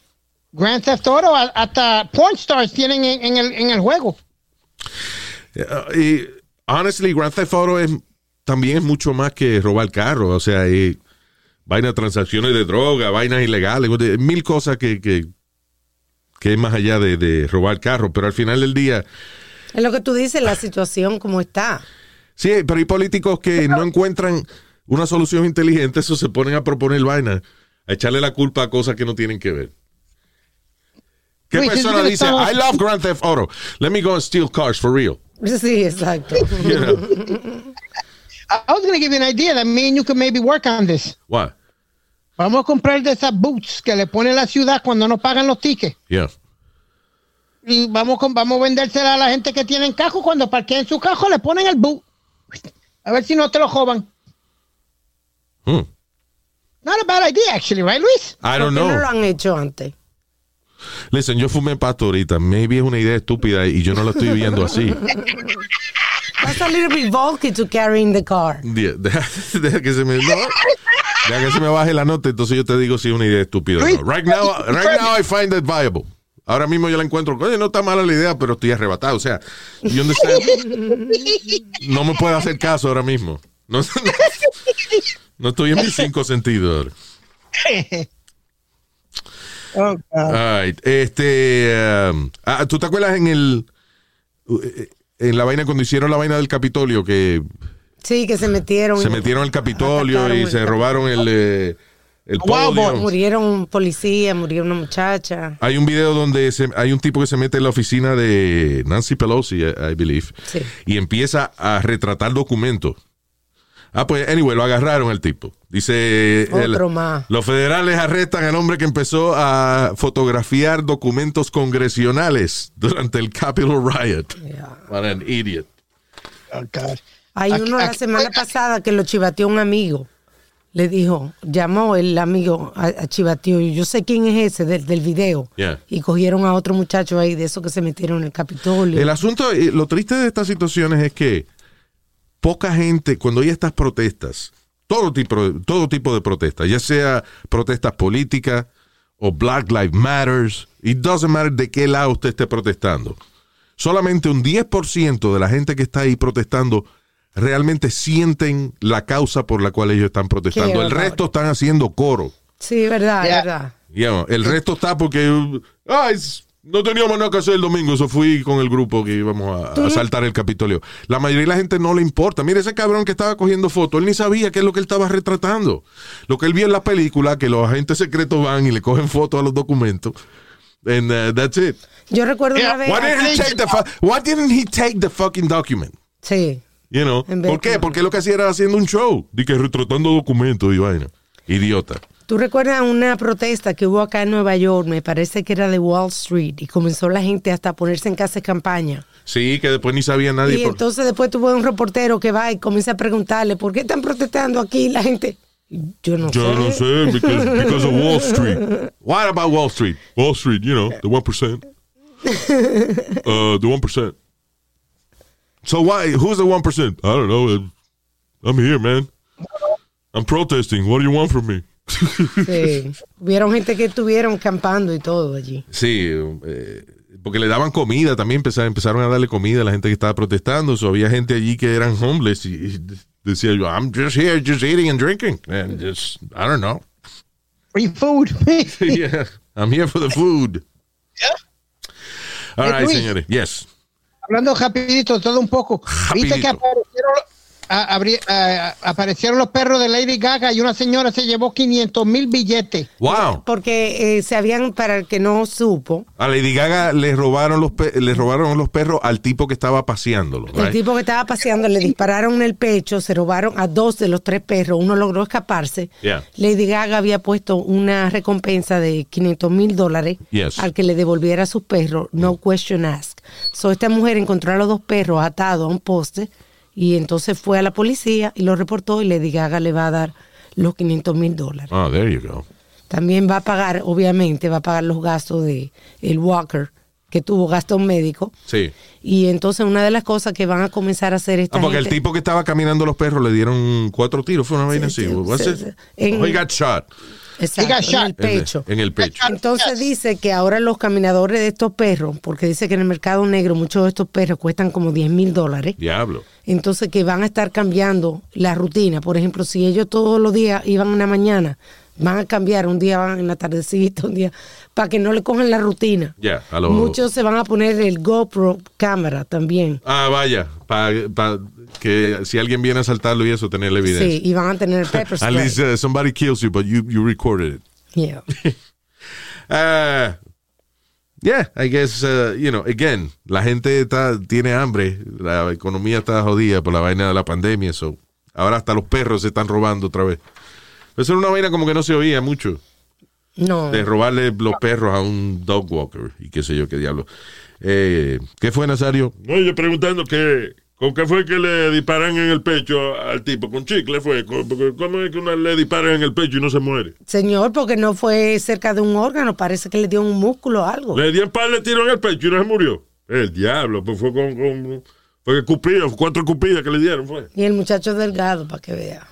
Speaker 6: Grand Theft Auto, a- hasta porn stars tienen en, en el, en el juego.
Speaker 4: Eh, y, honestly, Grand Theft Auto es, también es mucho más que robar carro, o sea, eh, vaina de transacciones de droga, vainas ilegales, de- mil cosas que, que, que es más allá de, de robar carro, pero al final del día,
Speaker 5: Es lo que tú dices, la situación como está.
Speaker 4: sí, pero hay políticos que no encuentran una solución inteligente, eso se ponen a proponer vaina, a echarle la culpa a cosas que no tienen que ver. ¿Qué
Speaker 6: Luis, es
Speaker 4: persona
Speaker 6: lo que
Speaker 4: dice,
Speaker 6: estamos-
Speaker 4: I love Grand Theft Auto, let me go and steal cars for real?
Speaker 5: Sí, exacto.
Speaker 4: You know,
Speaker 6: I I was going to give you an idea that me and you could maybe work on this.
Speaker 4: what?
Speaker 6: Vamos a comprar de esas boots que le pone la ciudad cuando no pagan los tickets.
Speaker 4: Yeah.
Speaker 6: Y vamos, con, vamos a vendérsela a la gente que tienen cajo. Cuando parqueen su cajo, le ponen el boot. A ver si no te lo jodan.
Speaker 4: Hmm.
Speaker 6: Not a bad idea, actually, right, Luis?
Speaker 4: I don't
Speaker 5: ¿Por qué
Speaker 4: know.
Speaker 5: No lo han hecho antes.
Speaker 4: Listen, yo fumé pasto ahorita. Maybe es una idea estúpida y yo no la estoy viendo así.
Speaker 5: That's a little bit bulky to carry in the car.
Speaker 4: Die- Deja, deja que se me... no. Deja que se me baje la nota, entonces yo te digo si es una idea estúpida o no. Right now, right now I find it viable. Ahora mismo yo la encuentro, oye, no está mala la idea, pero estoy arrebatado. O sea, you understand? no me puedo hacer caso ahora mismo. No, no, no estoy en mis cinco sentidos. ahora.
Speaker 6: Oh, God.
Speaker 4: Alright, Este, um, ah, ¿Tú te acuerdas en el. eh, En la vaina, cuando hicieron la vaina del Capitolio, que
Speaker 5: Sí, que se metieron.
Speaker 4: se metieron al Capitolio
Speaker 5: Atacaron
Speaker 4: y
Speaker 5: el
Speaker 4: se robaron el, eh, el
Speaker 6: Wow,
Speaker 4: podio.
Speaker 5: Murieron un policía, murió una muchacha.
Speaker 4: Hay un video donde se- hay un tipo que se mete en la oficina de Nancy Pelosi, I, I believe,
Speaker 5: Sí.
Speaker 4: y empieza a retratar documentos. Ah, pues, anyway, lo agarraron al tipo. Dice,
Speaker 5: Otro
Speaker 4: el-
Speaker 5: más.
Speaker 4: los federales arrestan al hombre que empezó a fotografiar documentos congresionales durante el Capitol Riot.
Speaker 5: Yeah.
Speaker 4: What an idiot.
Speaker 6: Oh, God.
Speaker 5: Hay
Speaker 6: Aquí-
Speaker 5: uno la
Speaker 6: aquí-
Speaker 5: semana pasada que lo chivateó un amigo. Le dijo, llamó el amigo a, a chivateó. y Yo sé quién es ese del, del video.
Speaker 4: Yeah.
Speaker 5: Y cogieron a otro muchacho ahí de esos que se metieron en el Capitolio.
Speaker 4: El asunto, eh, lo triste de estas situaciones es que poca gente, cuando hay estas protestas, todo tipo, todo tipo de protestas, ya sea protestas políticas o Black Lives Matters, it doesn't matter de qué lado usted esté protestando. Solamente un 10% de la gente que está ahí protestando realmente sienten la causa por la cual ellos están protestando. El
Speaker 5: horror.
Speaker 4: resto están haciendo coro.
Speaker 5: sí, es verdad, es
Speaker 6: Yeah.
Speaker 5: verdad.
Speaker 4: You know,
Speaker 5: Eh,
Speaker 4: el resto está porque uh, ay, s- no teníamos nada que hacer el domingo, eso fui con el grupo que íbamos a, a saltar el Capitolio. La mayoría de la gente no le importa. Mire ese cabrón que estaba cogiendo fotos, él ni sabía qué es lo que él estaba retratando. Lo que él vio en la película, que los agentes secretos van y le cogen fotos a los documentos. And uh, that's it.
Speaker 5: Yo recuerdo
Speaker 6: Yeah,
Speaker 5: una vez.
Speaker 4: Why didn't, he take the fu- why didn't he take the fucking document?
Speaker 5: Sí.
Speaker 4: You know?
Speaker 5: En vez
Speaker 4: ¿Por qué?
Speaker 5: de-
Speaker 4: Porque lo que hacía era haciendo un show. De que retratando documentos y vaina. Idiota.
Speaker 5: ¿Tú recuerdas una protesta que hubo acá en Nueva York? Me parece que era de Wall Street y comenzó la gente hasta a ponerse en casa de campaña.
Speaker 4: Sí, que después ni sabía nadie.
Speaker 5: Y
Speaker 4: por-
Speaker 5: entonces después tuvo un reportero que va y comienza a preguntarle, ¿por qué están protestando aquí la gente? Yo no
Speaker 7: Yo
Speaker 5: sé.
Speaker 7: no sé, because, because of Wall Street.
Speaker 4: What about Wall Street?
Speaker 7: Wall Street, you know, the 1%. Uh, the 1%.
Speaker 4: So why? Who's the one percent?
Speaker 7: I don't know. uh, I'm here, man. I'm protesting. What do you want from me?
Speaker 5: Sí. Hubieron gente que estuvieron campando y todo allí.
Speaker 4: Sí, eh, porque le daban comida también. Empezaron, empezaron a darle comida a la gente que estaba protestando. So había gente allí que eran homeless y, y decía yo, I'm just here, just eating and drinking, and just I don't know.
Speaker 6: Free food.
Speaker 4: yeah, I'm here for the food. All
Speaker 6: Eh,
Speaker 4: right,
Speaker 6: Luis.
Speaker 4: señores. Yes.
Speaker 6: Hablando rapidito, todo un poco. Viste que
Speaker 4: Rapidito.
Speaker 6: aparecieron, a- abri- a- a- aparecieron los perros de Lady Gaga y una señora se llevó 500 mil billetes.
Speaker 4: Wow.
Speaker 5: Porque eh, se habían, para el que no supo,
Speaker 4: A Lady Gaga le robaron los pe- le robaron los perros al tipo que estaba paseándolo.
Speaker 5: el
Speaker 4: right?
Speaker 5: tipo que estaba paseando le dispararon en el pecho, se robaron a dos de los tres perros, uno logró escaparse.
Speaker 4: Yeah.
Speaker 5: Lady Gaga había puesto una recompensa de 500 mil dólares
Speaker 4: Yes. Mm.
Speaker 5: al que le devolviera a sus perros, no question asked. So, esta mujer encontró a los dos perros atados a un poste y entonces fue a la policía y lo reportó y Lady Gaga le va a dar los 500 mil dólares.
Speaker 4: Oh, there you go.
Speaker 5: También va a pagar, obviamente, va a pagar los gastos de el Walker que tuvo gastos médicos.
Speaker 4: Sí.
Speaker 5: Y entonces una de las cosas que van a comenzar a hacer esta
Speaker 4: Ah, porque el
Speaker 5: gente-
Speaker 4: tipo que estaba caminando los perros le dieron cuatro tiros, fue una vaina así.
Speaker 5: sí,
Speaker 4: What's
Speaker 5: sí,
Speaker 4: it?
Speaker 5: sí. En-
Speaker 4: Oh, he got shot.
Speaker 5: Exacto,
Speaker 6: Diga,
Speaker 5: en el
Speaker 6: shot.
Speaker 5: pecho.
Speaker 4: En el pecho.
Speaker 5: Entonces dice que ahora los caminadores de estos perros, porque dice que en el mercado negro muchos de estos perros cuestan como 10 mil dólares,
Speaker 4: Diablo.
Speaker 5: entonces que van a estar cambiando la rutina. Por ejemplo, si ellos todos los días iban en la mañana, van a cambiar, un día van en la tardecita, un día, para que no le cojan la rutina.
Speaker 4: Ya, a lo-
Speaker 5: Muchos se van a poner el GoPro cámara también.
Speaker 4: Ah, vaya. Para que si alguien viene a asaltarlo y eso, tenerle
Speaker 5: Sí,
Speaker 4: evidencia.
Speaker 5: y van a tener el pepper
Speaker 4: At
Speaker 5: spray.
Speaker 4: least uh, somebody kills you, but you, you recorded it.
Speaker 5: Yeah.
Speaker 4: Ah, yeah, I guess, uh, you know, again, la gente está, tiene hambre, la economía está jodida por la vaina de la pandemia, so ahora hasta los perros se están robando otra vez. Eso era una vaina como que no se oía mucho.
Speaker 5: No.
Speaker 4: de robarle los perros a un dog walker y qué sé yo qué diablo. Eh, ¿Qué fue Nazario?
Speaker 7: No, yo preguntando que, ¿con qué fue que le disparan en el pecho al tipo? ¿Con chicle fue? ¿Con- porque ¿Cómo es que una le disparan en el pecho y no se muere?
Speaker 5: Señor, porque no fue cerca de un órgano, parece que le dio un músculo o algo.
Speaker 7: Le dieron par de tiros en el pecho y no se murió. El diablo, pues fue con... con fue que cupidas, cuatro cupidas que le dieron, fue.
Speaker 5: Y el muchacho es delgado, para que vea.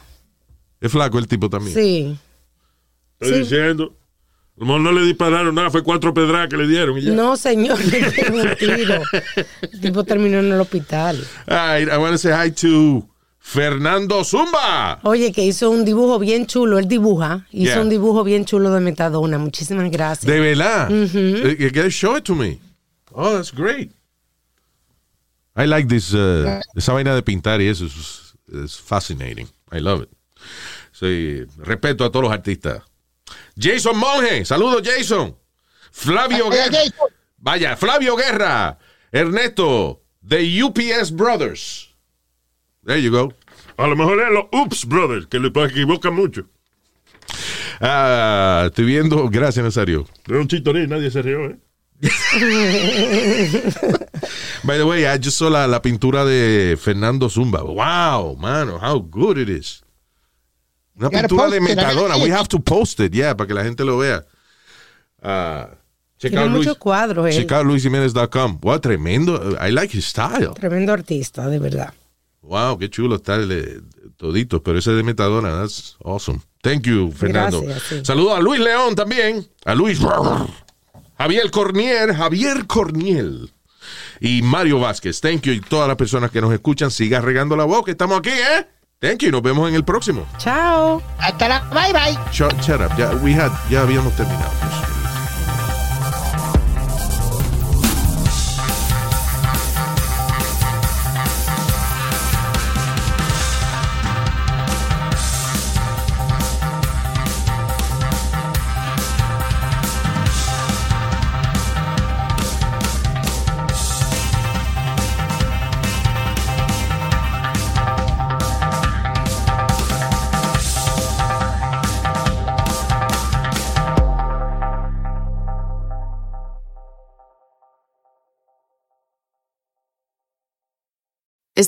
Speaker 4: Es flaco el tipo también.
Speaker 5: Sí.
Speaker 7: Estoy
Speaker 5: Sí.
Speaker 7: diciendo. A lo mejor no le dispararon nada, fue cuatro pedradas que le dieron y ya.
Speaker 5: No, señor, le dieron un tiro. El tipo terminó en el hospital.
Speaker 4: All right, I want to say hi to Fernando Zumba.
Speaker 5: Oye, que hizo un dibujo bien chulo, él dibuja, hizo
Speaker 4: Yeah.
Speaker 5: un dibujo bien chulo de Metadona, muchísimas gracias.
Speaker 4: De verdad. Eh, eh, que- Show it to me. Oh, that's great. I like this. uh, esa vaina de pintar y eso es, es fascinating. I love it. Sí, respeto a todos los artistas. Jason Monge. Saludos, Jason. Flavio
Speaker 6: Vaya,
Speaker 4: Guerra.
Speaker 6: Jason.
Speaker 4: Vaya, Flavio Guerra. Ernesto, The UPS Brothers. There you go.
Speaker 7: A lo mejor es los Oops Brothers, que le equivoca mucho.
Speaker 4: Ah, estoy viendo. Gracias, Nazario.
Speaker 7: Era un chitorín, nadie se rió, ¿eh?
Speaker 4: By the way, I just saw la, la pintura de Fernando Zumba. Wow, mano, how good it is. Una
Speaker 6: gotta
Speaker 4: pintura de
Speaker 6: post it, I gotta
Speaker 4: Metadona.
Speaker 6: see
Speaker 4: We
Speaker 6: it.
Speaker 4: have to post it, yeah, para que la gente lo vea. Ah, check
Speaker 5: Tiene
Speaker 4: out Luis,
Speaker 5: muchos cuadros, él.
Speaker 4: check out luisjimenez.com. Wow, tremendo. I like his style.
Speaker 5: Tremendo artista, de verdad.
Speaker 4: Wow, qué chulo está el, eh, todito. Pero ese de Metadona, that's awesome. Thank you, Fernando.
Speaker 5: Gracias, sí.
Speaker 4: Saludo a Luis León también. A Luis. Javier Corniel, Javier Corniel. Y Mario Vázquez. Thank you. Y todas las personas que nos escuchan, sigan regando la voz, que estamos aquí, ¿eh? Thank you. Nos vemos en el próximo.
Speaker 5: Chao.
Speaker 6: Hasta la bye bye.
Speaker 4: Shut, shut up. Ya, we had, ya habíamos terminado.
Speaker 2: Is